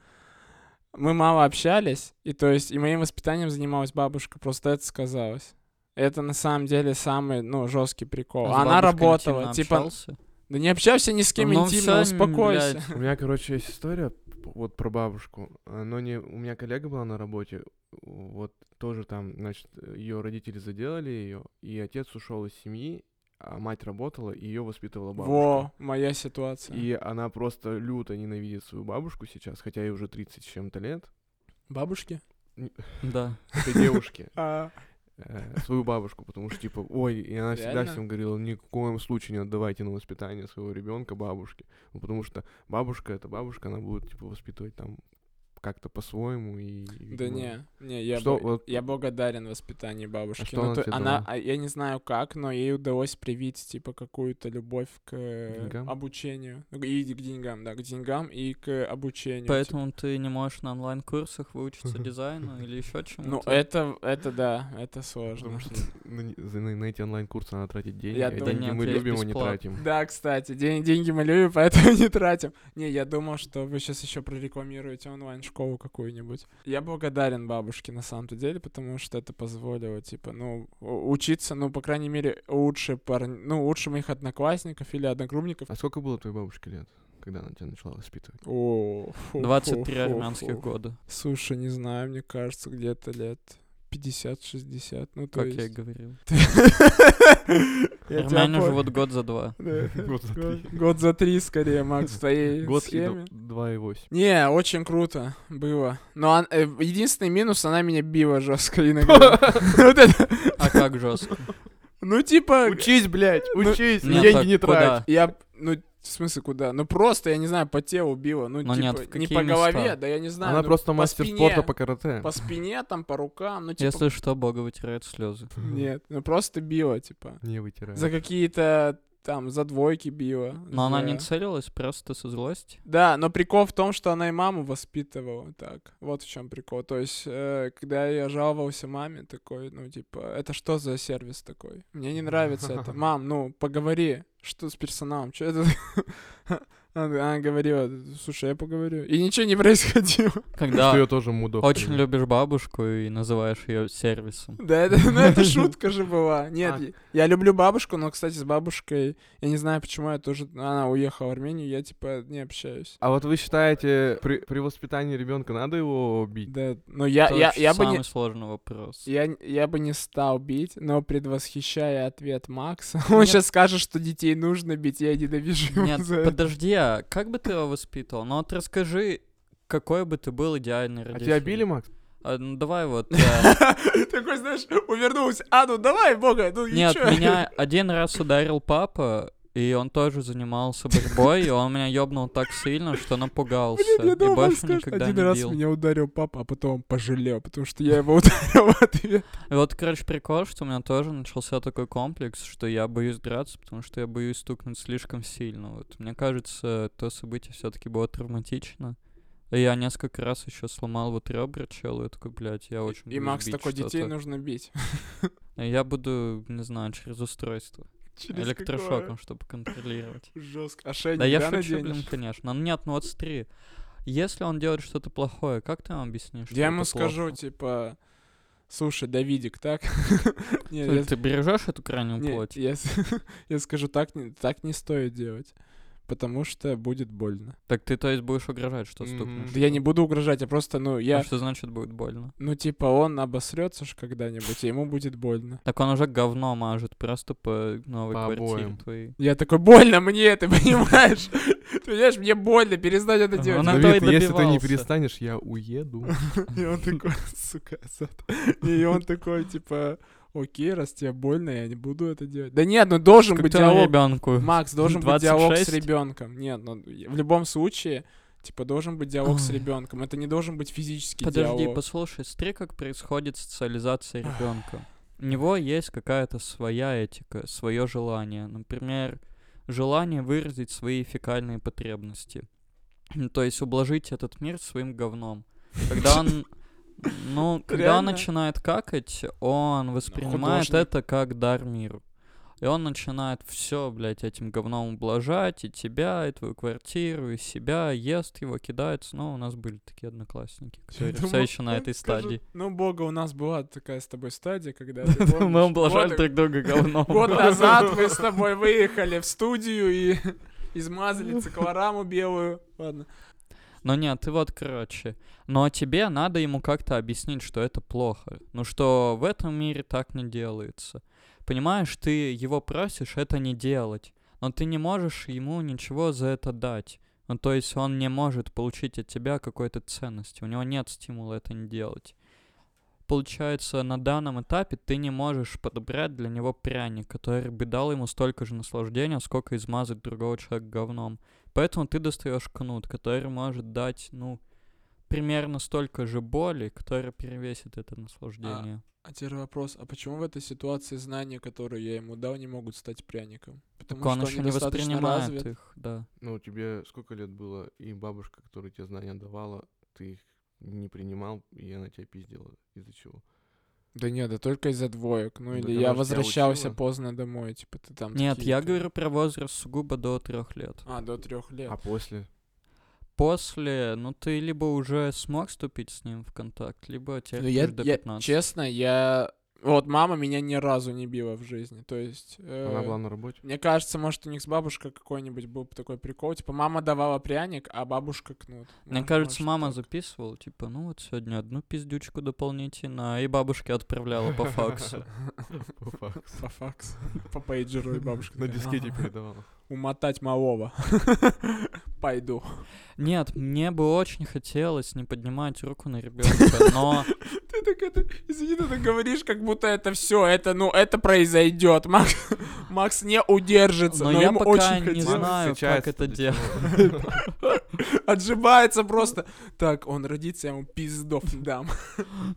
Speaker 1: мы мало общались, и то есть и моим воспитанием занималась бабушка, просто это сказалось. Это на самом деле самый, ну, жесткий прикол.
Speaker 2: А с
Speaker 1: она
Speaker 2: бабушкой
Speaker 1: работала,
Speaker 2: интимно
Speaker 1: типа,
Speaker 2: общался?
Speaker 1: да не общайся ни с кем
Speaker 2: Ну всё,
Speaker 1: интимно, успокойся.
Speaker 2: блядь.
Speaker 3: У меня, короче, есть история п- вот про бабушку. А, Но не у меня коллега была на работе, Вот тоже там, значит, ее родители заделали ее, и отец ушел из семьи, а мать работала, и ее воспитывала бабушка.
Speaker 1: Во, моя ситуация.
Speaker 3: И она просто люто ненавидит свою бабушку сейчас, хотя ей уже 30 с чем-то лет.
Speaker 1: Бабушки?
Speaker 2: Да.
Speaker 3: Этой девушке.
Speaker 1: А,
Speaker 3: э, свою бабушку, потому что, типа, ой, и она всегда
Speaker 1: Реально?
Speaker 3: всем говорила, ни в коем случае не отдавайте на воспитание своего ребенка бабушке, ну, потому что бабушка — это бабушка, она будет, типа, воспитывать там как-то по-своему и...
Speaker 1: Да
Speaker 3: видимо,
Speaker 1: не, не, я,
Speaker 3: Типа, Что
Speaker 1: бо-
Speaker 3: вот-
Speaker 1: я благодарен воспитанию бабушки.
Speaker 3: что
Speaker 1: Ну,
Speaker 3: она
Speaker 1: то-
Speaker 3: тебе
Speaker 1: она,
Speaker 3: дала?
Speaker 1: а, я не знаю как, но ей удалось привить, типа, какую-то любовь к э,
Speaker 3: деньгам?
Speaker 1: обучению. Ну, И к деньгам, да, к деньгам и к обучению. типа.
Speaker 2: Поэтому ты не можешь на онлайн-курсах выучиться дизайну или еще
Speaker 1: типа. Ну,
Speaker 2: чему-то.
Speaker 1: это, это да, это
Speaker 3: Потому
Speaker 1: сложно.
Speaker 3: что на, не- за- на- на эти онлайн-курсы надо тратить деньги,
Speaker 1: ну Я
Speaker 3: а
Speaker 1: думаю,
Speaker 3: деньги
Speaker 2: нет,
Speaker 3: мы
Speaker 2: есть
Speaker 3: любим и не
Speaker 2: бесплатно.
Speaker 3: тратим.
Speaker 1: Да, кстати, день, деньги мы любим, поэтому не тратим. Не, я думал, что вы сейчас еще прорекламируете онлайн-школу какую-нибудь. Я благодарен бабушке на самом-то деле, потому что это позволило, типа, ну, у- учиться, ну, по крайней мере, лучше парней, ну, лучше моих одноклассников или одногруппников.
Speaker 3: А сколько было твоей бабушке лет, когда она тебя начала воспитывать?
Speaker 1: О, фу,
Speaker 2: 23
Speaker 1: фу, фу,
Speaker 2: армянских
Speaker 1: фу.
Speaker 2: года,
Speaker 1: Слушай, не знаю, мне кажется, где-то лет 50-60, ну, то
Speaker 2: как я и
Speaker 1: есть...
Speaker 2: говорил.
Speaker 1: Я тебя
Speaker 2: Армяне
Speaker 1: понял.
Speaker 2: живут год за два.
Speaker 1: Да.
Speaker 3: Год за три.
Speaker 1: Год за три, скорее, Макс, в твоей
Speaker 3: Год и
Speaker 1: схеме.
Speaker 3: д- два и восемь.
Speaker 1: Не, очень круто было. Но он- э, единственный минус, она меня била жестко иногда. Ну, Вот это-
Speaker 2: А как жестко?
Speaker 1: Ну, типа,
Speaker 3: Учись, блядь, учись,
Speaker 2: Нет,
Speaker 3: деньги
Speaker 2: так
Speaker 3: не трать.
Speaker 2: куда?
Speaker 1: я, ну, в смысле, куда? Ну, просто, я не знаю, по телу била. Ну,
Speaker 2: Но нет, в
Speaker 1: типа, не
Speaker 2: какие
Speaker 1: по голове,
Speaker 2: места?
Speaker 1: да я не знаю.
Speaker 3: Она
Speaker 1: ну,
Speaker 3: просто
Speaker 1: по
Speaker 3: мастер
Speaker 1: спине,
Speaker 3: спорта по карате.
Speaker 1: По спине, там, по рукам, ну, типа...
Speaker 2: Если что, Бога вытирает слезы.
Speaker 1: Нет, ну, просто била, типа.
Speaker 3: Не вытирай.
Speaker 1: За какие-то, там, за двойки била.
Speaker 2: Но она не
Speaker 1: за-
Speaker 2: целилась, просто со злости.
Speaker 1: Да, но прикол в том, что она и маму воспитывала так. Вот в чем прикол. То есть, э, когда я жаловался маме, такой, ну, типа, это что за сервис такой? Мне не нравится это. Мам, ну, поговори, что с персоналом, что это? Она она говорила, слушай, я поговорю. И ничего не происходило.
Speaker 3: Что
Speaker 2: Когда
Speaker 3: я тоже мудак.
Speaker 2: очень любишь бабушку и называешь ее сервисом.
Speaker 1: Да, это, ну, это шутка же была. Нет,
Speaker 3: А.
Speaker 1: я- я люблю бабушку, но, кстати, с бабушкой, я не знаю, почему я тоже, она уехала в Армению, я, типа, не общаюсь.
Speaker 3: А вот вы считаете, при, при воспитании ребенка надо его бить?
Speaker 1: Да, но я,
Speaker 2: Это
Speaker 1: я,
Speaker 2: очень
Speaker 1: я бы не,
Speaker 2: самый сложный вопрос.
Speaker 1: Я, н- я бы не стал бить, но предвосхищая ответ Макса, он сейчас скажет, что детей нужно бить, я ненавижу его
Speaker 2: Нет,
Speaker 1: за это.
Speaker 2: подожди, а как бы ты его воспитывал? Ну вот расскажи, какой бы ты был идеальный
Speaker 3: А
Speaker 2: родитель.
Speaker 3: тебя били, Макс?
Speaker 2: А, ну давай вот. э,
Speaker 1: Такой, знаешь, увернулся. А, ну давай, бога, ну и
Speaker 2: Нет,
Speaker 1: чё?»
Speaker 2: меня один раз ударил папа, и он тоже занимался борьбой, и он меня ёбнул так сильно, что напугался.
Speaker 1: Блин, я
Speaker 2: И
Speaker 1: думал,
Speaker 2: больше
Speaker 1: скажешь,
Speaker 2: никогда
Speaker 1: один
Speaker 2: не
Speaker 1: раз
Speaker 2: бил.
Speaker 1: меня ударил папа, а потом пожалел, потому что я его ударил в ответ.
Speaker 2: И вот, короче, прикол, что у меня тоже начался такой комплекс, что я боюсь драться, потому что я боюсь стукнуть слишком сильно. Вот. Мне кажется, то событие все-таки было травматично. И Я несколько раз еще сломал вот ребра челу, я такой, блядь, я очень
Speaker 1: И
Speaker 2: боюсь
Speaker 1: Макс
Speaker 2: бить
Speaker 1: такой, детей
Speaker 2: что-то».
Speaker 1: нужно бить.
Speaker 2: И Я буду, не знаю, через устройство,
Speaker 1: Через
Speaker 2: электрошоком,
Speaker 1: какое?
Speaker 2: чтобы контролировать.
Speaker 1: Жестко. А шею
Speaker 2: Да я
Speaker 1: никуда
Speaker 2: шучу, блин,
Speaker 1: наденешь?
Speaker 2: конечно. Ну нет, ну вот смотри, если он делает что-то плохое, как ты ему объяснишь? что
Speaker 1: Я ему
Speaker 2: это плохо?
Speaker 1: скажу, типа, слушай, Давидик, так? Нет,
Speaker 2: Ты,
Speaker 1: типа, я-
Speaker 2: ты бережешь эту крайнюю
Speaker 1: Не,
Speaker 2: плоть?
Speaker 1: Я, с- я скажу, так не, так не стоит делать. Потому что будет больно.
Speaker 2: Так ты, то есть, будешь угрожать, что
Speaker 3: Мгм.
Speaker 2: стукнешь?
Speaker 1: Да я не буду угрожать, я просто, ну,
Speaker 2: А
Speaker 1: я...
Speaker 2: что значит будет больно?
Speaker 1: Ну, типа, он обосрется ж когда-нибудь, и ему будет больно.
Speaker 2: Так он уже говно мажет просто по новой
Speaker 3: По
Speaker 2: квартире
Speaker 3: обоям.
Speaker 2: твоей.
Speaker 1: Я такой, больно мне, ты понимаешь? Ты понимаешь, мне больно, перестань это
Speaker 2: Ага,
Speaker 1: делать.
Speaker 2: на
Speaker 3: Давид,
Speaker 2: то и
Speaker 3: ну, если ты не
Speaker 2: добивался.
Speaker 3: перестанешь, я уеду.
Speaker 1: И он такой, сука, Азат. И он такой, типа, окей, раз тебе больно, я не буду это делать. Да нет, ну должен
Speaker 2: Как
Speaker 1: быть
Speaker 2: твоему
Speaker 1: диалог.
Speaker 2: ребенку.
Speaker 1: Макс, должен быть диалог с
Speaker 2: 26?
Speaker 1: ребенком. Нет, ну и- в любом случае, типа, должен быть диалог с
Speaker 2: Ой.
Speaker 1: ребенком. Это не должен быть физический
Speaker 2: Подожди,
Speaker 1: диалог.
Speaker 2: послушай, смотри, как происходит социализация ребенка. У него есть какая-то своя этика, свое желание. Например, желание выразить свои фекальные потребности. Ну, То есть ублажить этот мир своим говном. Когда он. Ну, когда он
Speaker 1: Реально?
Speaker 2: начинает какать, он воспринимает
Speaker 1: художник.
Speaker 2: это как дар миру. И он начинает все, блядь, этим говном ублажать, и тебя, и твою квартиру, и себя, ест его, кидает. Ну, у нас были такие одноклассники, которые
Speaker 1: думал,
Speaker 2: все еще на
Speaker 1: он
Speaker 2: этой
Speaker 1: скажет,
Speaker 2: стадии.
Speaker 1: Ну, бога, у нас была такая с тобой стадия, когда ты
Speaker 2: Мы
Speaker 1: помнишь,
Speaker 2: ублажали
Speaker 1: год-
Speaker 2: друг друга говном.
Speaker 1: Год назад мы с тобой выехали в студию и измазали циклораму белую. Ладно.
Speaker 2: Но нет, ты вот, короче. Но тебе надо ему как-то объяснить, что это плохо. Ну что в этом мире так не делается. Понимаешь, ты его просишь это не делать. Но ты не можешь ему ничего за это дать. Ну, то есть он не может получить от тебя какой-то ценности. У него нет стимула это не делать. Получается, на данном этапе ты не можешь подобрать для него пряник, который бы дал ему столько же наслаждения, сколько измазать другого человека говном. Поэтому ты достаешь кнут, который может дать, ну, примерно столько же боли, которая перевесит это наслаждение.
Speaker 1: А теперь вопрос, а почему в этой ситуации знания, которые я ему дал, не могут стать пряником? Потому
Speaker 2: Так он еще не
Speaker 1: ну достаточно
Speaker 2: воспринимает
Speaker 1: развиты.
Speaker 2: их, да.
Speaker 3: Ну, тебе сколько лет было, и бабушка, которая тебе знания давала, ты их не принимал, и она тебя пиздила. Из-за чего?
Speaker 1: Да нет, да только из-за двоек. Ну
Speaker 3: Ну, так
Speaker 1: или
Speaker 3: она
Speaker 1: я
Speaker 3: ж тебя
Speaker 1: возвращался
Speaker 3: учила.
Speaker 1: поздно домой, типа ты там.
Speaker 2: Нет, я
Speaker 1: такие-то.
Speaker 2: говорю про возраст сугубо до трех лет.
Speaker 1: А, до трех лет.
Speaker 3: А после?
Speaker 2: После, ну ты либо уже смог вступить с ним в контакт, либо терпишь
Speaker 1: Ну, я,
Speaker 2: э, до
Speaker 1: я-
Speaker 2: 15.
Speaker 1: честно, я... Вот мама меня ни разу не била в жизни. То есть... э,
Speaker 3: Она была на работе?
Speaker 1: Мне кажется, может, у них с бабушкой какой-нибудь был такой прикол. Типа, мама давала пряник, а бабушка кнут.
Speaker 2: Мне
Speaker 1: Может,
Speaker 2: кажется,
Speaker 1: может,
Speaker 2: мама
Speaker 1: так.
Speaker 2: записывала, типа, ну вот сегодня одну пиздючку дополнительно, а и бабушке отправляла по факсу.
Speaker 3: По факсу.
Speaker 1: По факсу. По пейджеру и бабушка.
Speaker 3: На
Speaker 1: такая,
Speaker 3: дискете
Speaker 1: «Ага,
Speaker 3: передавала.
Speaker 1: Умотать малого. Пойду.
Speaker 2: Нет, мне бы очень хотелось не поднимать руку на ребенка, но
Speaker 1: Ты так это... Извини, ты так говоришь, как будто это все. Это, ну, это произойдет. Макс, Макс не удержится.
Speaker 2: но
Speaker 1: Ну, Но,
Speaker 2: я
Speaker 1: ему
Speaker 2: пока
Speaker 1: очень
Speaker 2: не
Speaker 1: хотелось.
Speaker 2: знаю, как
Speaker 3: встречается
Speaker 2: это
Speaker 3: для
Speaker 2: делать.
Speaker 1: Отжимается просто. Так, он родится, я ему пиздов дам.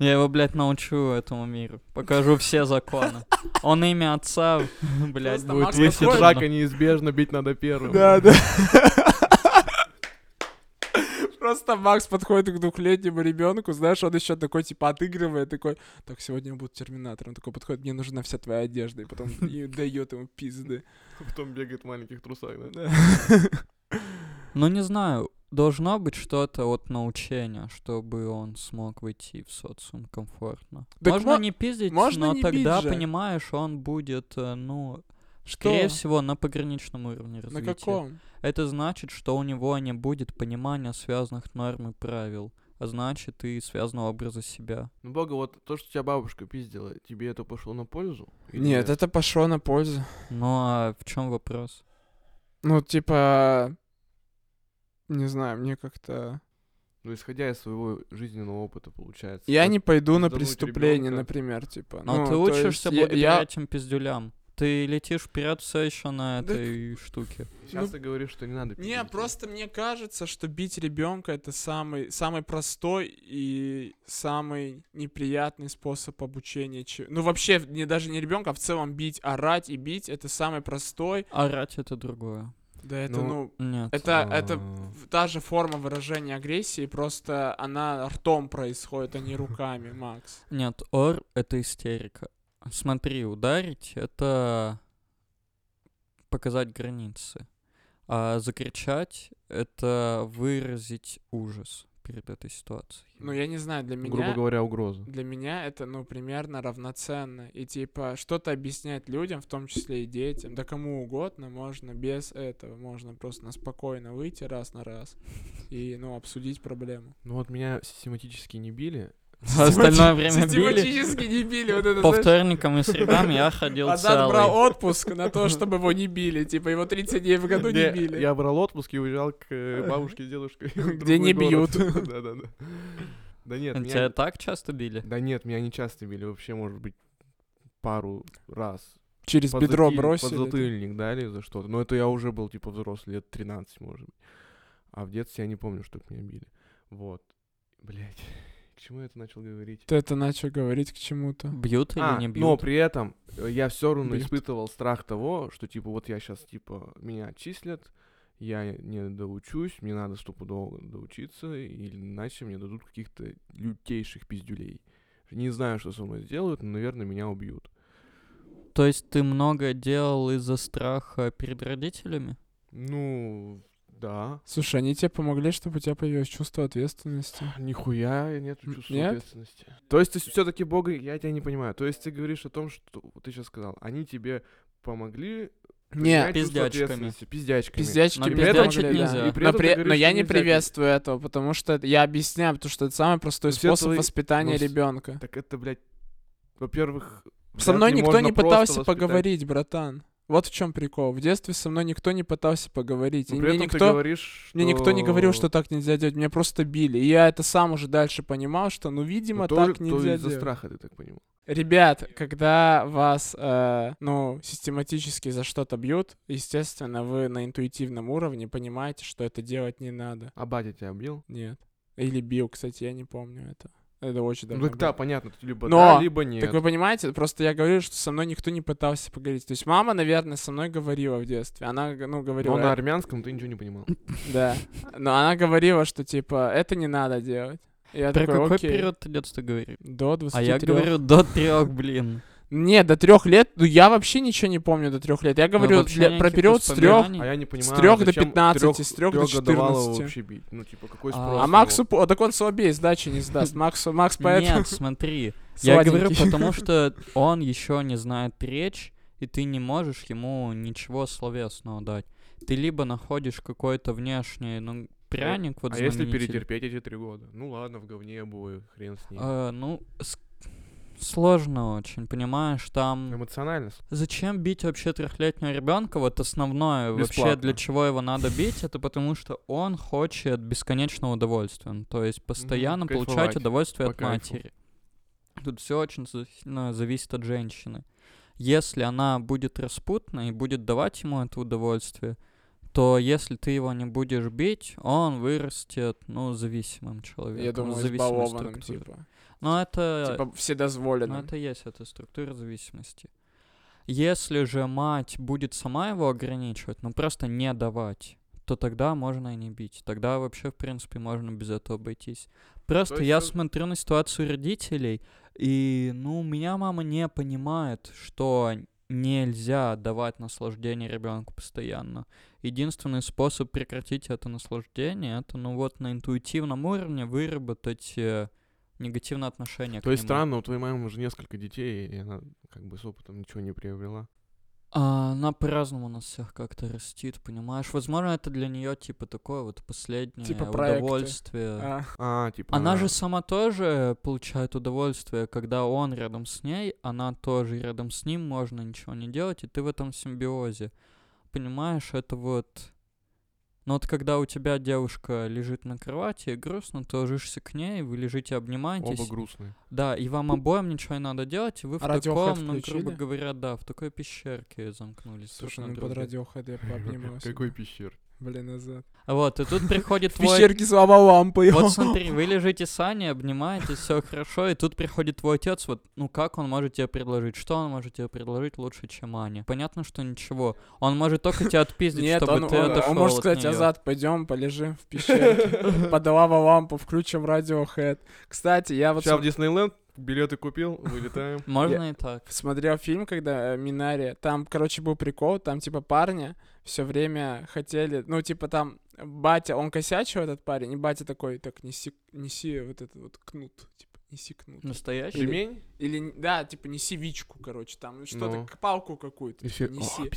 Speaker 2: Я его, блядь, научу этому миру. Покажу все законы. Он имя отца, блядь,
Speaker 1: Просто
Speaker 2: будет
Speaker 1: Макс
Speaker 3: Если
Speaker 1: такой-
Speaker 2: высечено.
Speaker 3: драка неизбежно, бить надо первым.
Speaker 1: да. Просто Макс подходит к двухлетнему ребенку, знаешь, он еще такой, типа, отыгрывает, такой, так, сегодня я буду терминатором. Такой подходит, мне нужна вся твоя одежда, и потом и дает ему пизды.
Speaker 3: Потом бегает в маленьких трусах, да?
Speaker 2: Ну, не знаю, должно быть что-то от научения, чтобы он смог выйти в социум комфортно.
Speaker 1: Так
Speaker 2: можно
Speaker 1: мо-
Speaker 2: не пиздить,
Speaker 1: можно
Speaker 2: но
Speaker 1: не бить
Speaker 2: тогда,
Speaker 1: же.
Speaker 2: понимаешь, он будет, э, ну,
Speaker 1: Что?
Speaker 2: скорее всего, на пограничном уровне
Speaker 1: На
Speaker 2: развития.
Speaker 1: каком?
Speaker 2: Это значит, что у него не будет понимания связанных норм и правил, а значит и связанного образа себя.
Speaker 3: Ну, бога, вот то, что тебя бабушка пиздила, тебе это пошло на пользу? Или
Speaker 1: Нет, это пошло на пользу.
Speaker 2: Ну а в чем вопрос?
Speaker 1: Ну, типа, не знаю, мне как-то...
Speaker 3: Ну, исходя из своего жизненного опыта, получается.
Speaker 1: Я
Speaker 3: Вот
Speaker 1: не пойду на
Speaker 3: Пиздануть
Speaker 1: преступление,
Speaker 3: ребёнка.
Speaker 1: например, типа.
Speaker 2: Но
Speaker 1: Ну,
Speaker 2: А ты
Speaker 1: то
Speaker 2: учишься
Speaker 1: есть я-
Speaker 2: благодаря
Speaker 1: я-
Speaker 2: этим пиздюлям. Ты летишь вперед все еще на
Speaker 1: Да
Speaker 2: этой штуке.
Speaker 3: Сейчас
Speaker 1: ну-
Speaker 3: ты говоришь, что не надо пиздить.
Speaker 1: Не, просто мне кажется, что бить ребенка это самый, самый простой и самый неприятный способ обучения. че- Ну, вообще, не, даже не ребенка, а в целом бить, орать и бить это самый простой.
Speaker 2: Орать это другое.
Speaker 1: Да, это,
Speaker 3: Ну,
Speaker 1: ну,
Speaker 2: Нет.
Speaker 1: это, это
Speaker 3: А.
Speaker 1: в- та же форма выражения агрессии, просто она ртом происходит, а не руками, Макс.
Speaker 2: Нет, ор — это истерика. Смотри, ударить — это показать границы. А закричать — это выразить ужас перед этой ситуацией.
Speaker 1: Ну, я не знаю, для меня...
Speaker 3: Грубо говоря, угроза.
Speaker 1: Для меня это, ну, примерно равноценно. И, типа, что-то объяснять людям, в том числе и детям, да кому угодно, можно без этого. Можно просто на спокойно выйти раз на раз и, ну, обсудить проблему.
Speaker 3: Ну вот меня систематически не били.
Speaker 2: А остальное время били.
Speaker 1: Систематически не били. Вот это,
Speaker 2: По
Speaker 1: знаешь,
Speaker 2: вторникам и средам я ходил
Speaker 1: Азат брал
Speaker 2: целый.
Speaker 1: отпуск на то, чтобы его не били. Типа, его 30 дней в году не
Speaker 3: Не,
Speaker 1: били.
Speaker 3: Я брал отпуск и уезжал к э, бабушке с дедушкой.
Speaker 1: Где не бьют.
Speaker 3: Да-да-да. Да нет,
Speaker 2: Тебя
Speaker 3: меня...
Speaker 2: так часто били?
Speaker 3: Да нет, меня не часто били. Вообще, может быть, пару раз.
Speaker 1: Через
Speaker 3: Под
Speaker 1: бедро
Speaker 3: зати- Под
Speaker 1: бросили.
Speaker 3: затыльник дали за что-то. Но это я уже был, типа, взрослый, лет 13, может быть. А в детстве я не помню, чтобы меня били. Вот. Блять. К чему я это начал говорить?
Speaker 1: Ты это начал говорить к чему-то.
Speaker 2: Бьют или
Speaker 3: А,
Speaker 2: не
Speaker 3: Но
Speaker 2: бьют?
Speaker 3: при этом э, я все равно
Speaker 1: Бьют.
Speaker 3: испытывал страх того, что типа вот я сейчас типа меня отчислят, я не доучусь, мне надо стопудово доучиться, или иначе мне дадут каких-то лютейших пиздюлей. Не знаю, что со мной сделают, но, наверное, меня убьют.
Speaker 2: То есть ты много делал из-за страха перед родителями?
Speaker 3: Ну, да.
Speaker 1: Слушай, они тебе помогли, чтобы у тебя появилось чувство ответственности.
Speaker 3: Нихуя нет
Speaker 1: М,
Speaker 3: чувства
Speaker 1: нет?
Speaker 3: ответственности. То есть ты все-таки Бога, я тебя не понимаю. То есть ты говоришь о том, что вот ты сейчас сказал, они тебе помогли
Speaker 1: Не,
Speaker 3: Я чувствую
Speaker 2: Пиздячками.
Speaker 3: ответственности, Пиздячками.
Speaker 1: пиздячки.
Speaker 2: Но
Speaker 1: при этом,
Speaker 2: пиздячить
Speaker 1: блядь,
Speaker 3: да,
Speaker 2: нельзя.
Speaker 3: и при
Speaker 1: Но,
Speaker 3: этом
Speaker 1: при-
Speaker 3: ты
Speaker 1: но
Speaker 3: говоришь,
Speaker 1: я
Speaker 3: что
Speaker 1: не
Speaker 3: нельзя
Speaker 1: приветствую этого, потому что это- я объясняю, потому что это самый простой
Speaker 3: Ну, все
Speaker 1: способ
Speaker 3: твои-
Speaker 1: воспитания
Speaker 3: ну, с-
Speaker 1: ребенка.
Speaker 3: пить. Так это, блядь, во-первых...
Speaker 1: Со
Speaker 3: вряд
Speaker 1: мной
Speaker 3: ли
Speaker 1: никто
Speaker 3: можно
Speaker 1: не
Speaker 3: просто
Speaker 1: пытался
Speaker 3: воспитать.
Speaker 1: поговорить, братан. Вот в чем прикол. В детстве со мной никто не пытался поговорить.
Speaker 3: Но
Speaker 1: И
Speaker 3: при
Speaker 1: мне
Speaker 3: этом ты
Speaker 1: никто,
Speaker 3: говоришь,
Speaker 1: мне никто не говорил, что
Speaker 3: что
Speaker 1: так нельзя делать. Меня просто били. И я это сам уже дальше понимал, что, ну, видимо,
Speaker 3: Ну, то-
Speaker 1: так
Speaker 3: то
Speaker 1: нельзя
Speaker 3: из-за
Speaker 1: делать.
Speaker 3: страха, ты так понимал.
Speaker 1: Ребят, когда вас, э, ну, систематически за что-то бьют, естественно, вы на интуитивном уровне понимаете, что это делать не надо.
Speaker 3: А батя тебя бил?
Speaker 1: Нет. Или бил, кстати, я не помню это. Это очень давно.
Speaker 3: Ну, так
Speaker 1: было.
Speaker 3: да, понятно, ты либо
Speaker 1: Но-
Speaker 3: да, либо нет.
Speaker 1: Так вы понимаете, просто я говорю, что со мной никто не пытался поговорить. То есть мама, наверное, со мной говорила в детстве. Она, г- ну, говорила...
Speaker 3: Но на армянском ты ничего не понимал.
Speaker 1: Да. Но она говорила, что, типа, это не надо делать. И я
Speaker 2: Про
Speaker 1: такой,
Speaker 2: какой
Speaker 1: «Окей».
Speaker 2: период ты детства говоришь?
Speaker 1: До 23.
Speaker 2: А я говорю до трех, блин.
Speaker 1: Не, до трех лет, ну, я вообще ничего не помню до трех лет. Я
Speaker 2: Ну,
Speaker 1: говорю
Speaker 2: вообще
Speaker 1: для-
Speaker 2: никаких
Speaker 1: про период с трех.
Speaker 2: воспоминаний.
Speaker 3: А я не понимаю,
Speaker 1: трёх до
Speaker 3: зачем
Speaker 1: 15,
Speaker 3: трёх-
Speaker 1: с трёх до
Speaker 3: трёхгодовалого
Speaker 1: 14.
Speaker 3: вообще бить. Ну, типа, какой
Speaker 2: А-
Speaker 3: спрос?
Speaker 1: А
Speaker 3: у
Speaker 1: Максу,
Speaker 3: него?
Speaker 1: по- так он слабее сдачи не сдаст. Макс, Макс поэтому...
Speaker 2: Нет, смотри, я говорю,
Speaker 1: сладенький.
Speaker 2: потому что он еще не знает речь, и ты не можешь ему ничего словесного дать. Ты либо находишь какой-то внешний, ну, пряник, вот
Speaker 3: А если
Speaker 2: знаменитый.
Speaker 3: перетерпеть эти три года? Ну ладно, в говне обои, хрен с
Speaker 1: А,
Speaker 3: ним.
Speaker 2: Э, ну, с- сложно очень, понимаешь,
Speaker 3: Ну,
Speaker 2: там...
Speaker 3: Эмоционально. с-
Speaker 2: Зачем бить вообще трехлетнего ребенка? Вот основное вообще,
Speaker 3: Бесплатно.
Speaker 2: для чего его надо бить, это потому что он хочет бесконечного удовольствия. Ну, То есть постоянно
Speaker 3: кайфовать,
Speaker 2: получать удовольствие
Speaker 3: по
Speaker 2: от
Speaker 3: кайфу.
Speaker 2: матери. Тут все очень за- сильно зависит от женщины. Если она будет распутна и будет давать ему это удовольствие, то если ты его не будешь бить, он вырастет, ну, зависимым человеком.
Speaker 1: Я думаю,
Speaker 2: с зависимой
Speaker 1: избалованным,
Speaker 2: структурой.
Speaker 1: типа.
Speaker 2: Но это...
Speaker 1: Типа
Speaker 2: Ну,
Speaker 1: вседозволенным.
Speaker 2: это и есть эта структура зависимости. Если же мать будет сама его ограничивать, ну просто не давать, то тогда можно и не бить. Тогда вообще, в принципе, можно без этого обойтись. Просто
Speaker 3: есть
Speaker 2: я
Speaker 3: всё-
Speaker 2: смотрю на ситуацию родителей, и, ну, меня мама не понимает, что нельзя давать наслаждение ребенку постоянно. Единственный способ прекратить это наслаждение, это, ну вот, на интуитивном уровне выработать э, негативное отношение к
Speaker 3: То есть
Speaker 2: нему.
Speaker 3: странно, у твоей мамы уже несколько детей, и она как бы с опытом ничего не приобрела.
Speaker 2: А, Она по-разному нас всех как-то растит, понимаешь? Возможно, это для нее типа такое вот последнее
Speaker 1: Типа проекты.
Speaker 2: удовольствие.
Speaker 1: А,
Speaker 3: А, типа...
Speaker 2: Она же сама тоже получает удовольствие, когда он рядом с ней, она тоже рядом с ним, можно ничего не делать, и ты в этом симбиозе. Понимаешь, это вот... Ну вот когда у тебя девушка лежит на кровати и грустно, ты ложишься к ней, вы лежите, обнимаетесь.
Speaker 3: Оба грустные.
Speaker 2: Да, и вам обоем ничего не надо делать, и вы в
Speaker 1: А Radiohead
Speaker 2: таком, ну, грубо
Speaker 1: включили?
Speaker 2: говоря, да, в такой пещерке замкнулись. друг
Speaker 1: Слушай,
Speaker 2: на
Speaker 1: ну под
Speaker 2: друге.
Speaker 1: Radiohead я пообнимался.
Speaker 3: Какой пещер?
Speaker 1: Блин, назад.
Speaker 2: А Вот, и тут приходит
Speaker 1: В
Speaker 2: твой...
Speaker 1: пещерке слова лампы.
Speaker 2: Вот смотри, вы лежите с Аней, обнимаетесь, все хорошо, и тут приходит твой отец, вот, ну как он может тебе предложить, что он может тебе предложить лучше, чем Аня? Понятно, что ничего. Он может только тебя отпиздить,
Speaker 1: Нет,
Speaker 2: чтобы
Speaker 1: он,
Speaker 2: ты
Speaker 1: он- он
Speaker 2: отошел
Speaker 1: может
Speaker 2: от
Speaker 1: сказать,
Speaker 2: неё.
Speaker 1: Азат, пойдем, полежим в пещерке. Под лава лампу, включим Radiohead. Кстати, я А вот
Speaker 3: Сейчас в Диснейленд билеты купил, вылетаем.
Speaker 2: Можно и так.
Speaker 1: смотрел фильм, когда э, Минари, там, короче, был прикол, там, типа, парня все время хотели, ну, типа, там, батя, он косячил, этот парень, и батя такой, так, неси, неси вот этот вот кнут, типа, неси кнут.
Speaker 3: Ну.
Speaker 2: Настоящий?
Speaker 3: Ремень?
Speaker 1: Или, н- да, типа, неси вичку, короче, там, ну, что-то,
Speaker 3: Ну.
Speaker 1: к- палку какую-то,
Speaker 3: И
Speaker 1: типа,
Speaker 3: все,
Speaker 1: неси.
Speaker 3: «О,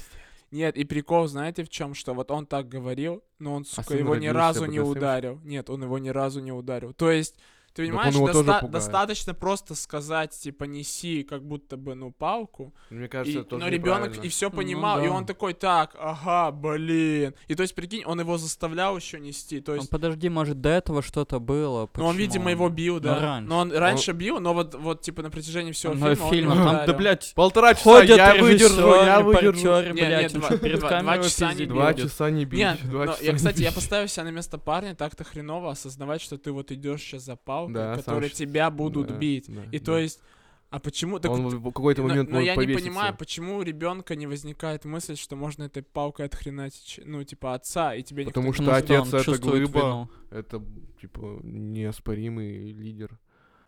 Speaker 1: Нет, и прикол, знаете, в чем, что вот он так говорил, но он, сука,
Speaker 3: сын
Speaker 1: его ни
Speaker 3: родился
Speaker 1: разу не
Speaker 3: БДСМщик?
Speaker 1: ударил. Нет, он его ни разу не ударил. То есть, ты
Speaker 3: Так он
Speaker 1: понимаешь,
Speaker 3: его тоже
Speaker 1: доста-
Speaker 3: пугает.
Speaker 1: достаточно просто сказать, типа, неси, как будто бы, ну, палку,
Speaker 3: Мне кажется,
Speaker 1: и-
Speaker 3: это тоже
Speaker 1: но ребенок и
Speaker 3: неправильно.
Speaker 1: все
Speaker 2: Ну
Speaker 1: понимал, и
Speaker 2: да.
Speaker 1: он такой, так, ага, блин. И то есть, прикинь, он его заставлял еще нести. То
Speaker 2: Ну,
Speaker 1: есть,
Speaker 2: подожди, может, до этого что-то было?
Speaker 1: ну, он,
Speaker 2: почему
Speaker 1: видимо, его бил, да.
Speaker 2: раньше.
Speaker 1: Но он
Speaker 3: Ну.
Speaker 1: раньше бил, но вот, вот типа, на протяжении всего
Speaker 2: Но
Speaker 1: фильма, он
Speaker 2: фильма
Speaker 1: не
Speaker 2: там, да,
Speaker 1: ударил.
Speaker 2: блядь,
Speaker 3: Полтора часа,
Speaker 2: Ходят
Speaker 3: я выдержу,
Speaker 2: режиссеры,
Speaker 3: я выдержу.
Speaker 2: портеры,
Speaker 1: Не, не,
Speaker 2: блядь, он
Speaker 1: два-
Speaker 2: что, перед
Speaker 1: два- два
Speaker 2: камерой
Speaker 1: часа не
Speaker 2: пиздит
Speaker 1: бил.
Speaker 3: Два
Speaker 2: будет?
Speaker 3: часа не бить.
Speaker 1: Нет,
Speaker 3: два
Speaker 1: но
Speaker 3: часа
Speaker 1: я,
Speaker 3: не
Speaker 1: кстати, я
Speaker 3: бить.
Speaker 1: поставил себя на место парня, так-то хреново осознавать, что ты вот идешь сейчас за палкой,
Speaker 3: Да, сам
Speaker 1: которые
Speaker 3: щас-
Speaker 1: тебя будут
Speaker 3: Да,
Speaker 1: бить.
Speaker 3: да,
Speaker 1: И
Speaker 3: да.
Speaker 1: то есть, а почему... так
Speaker 3: он
Speaker 1: вот,
Speaker 3: в какой-то
Speaker 1: но-
Speaker 3: момент
Speaker 1: но,
Speaker 3: может
Speaker 1: я
Speaker 3: повеситься.
Speaker 1: не понимаю, почему у ребенка не возникает мысль, что можно этой палкой отхренать, ну, типа, отца, и тебе никто
Speaker 3: Потому что
Speaker 2: он
Speaker 3: отец это
Speaker 2: чувствует
Speaker 3: глыба,
Speaker 2: вину.
Speaker 3: это, б- типа, неоспоримый лидер.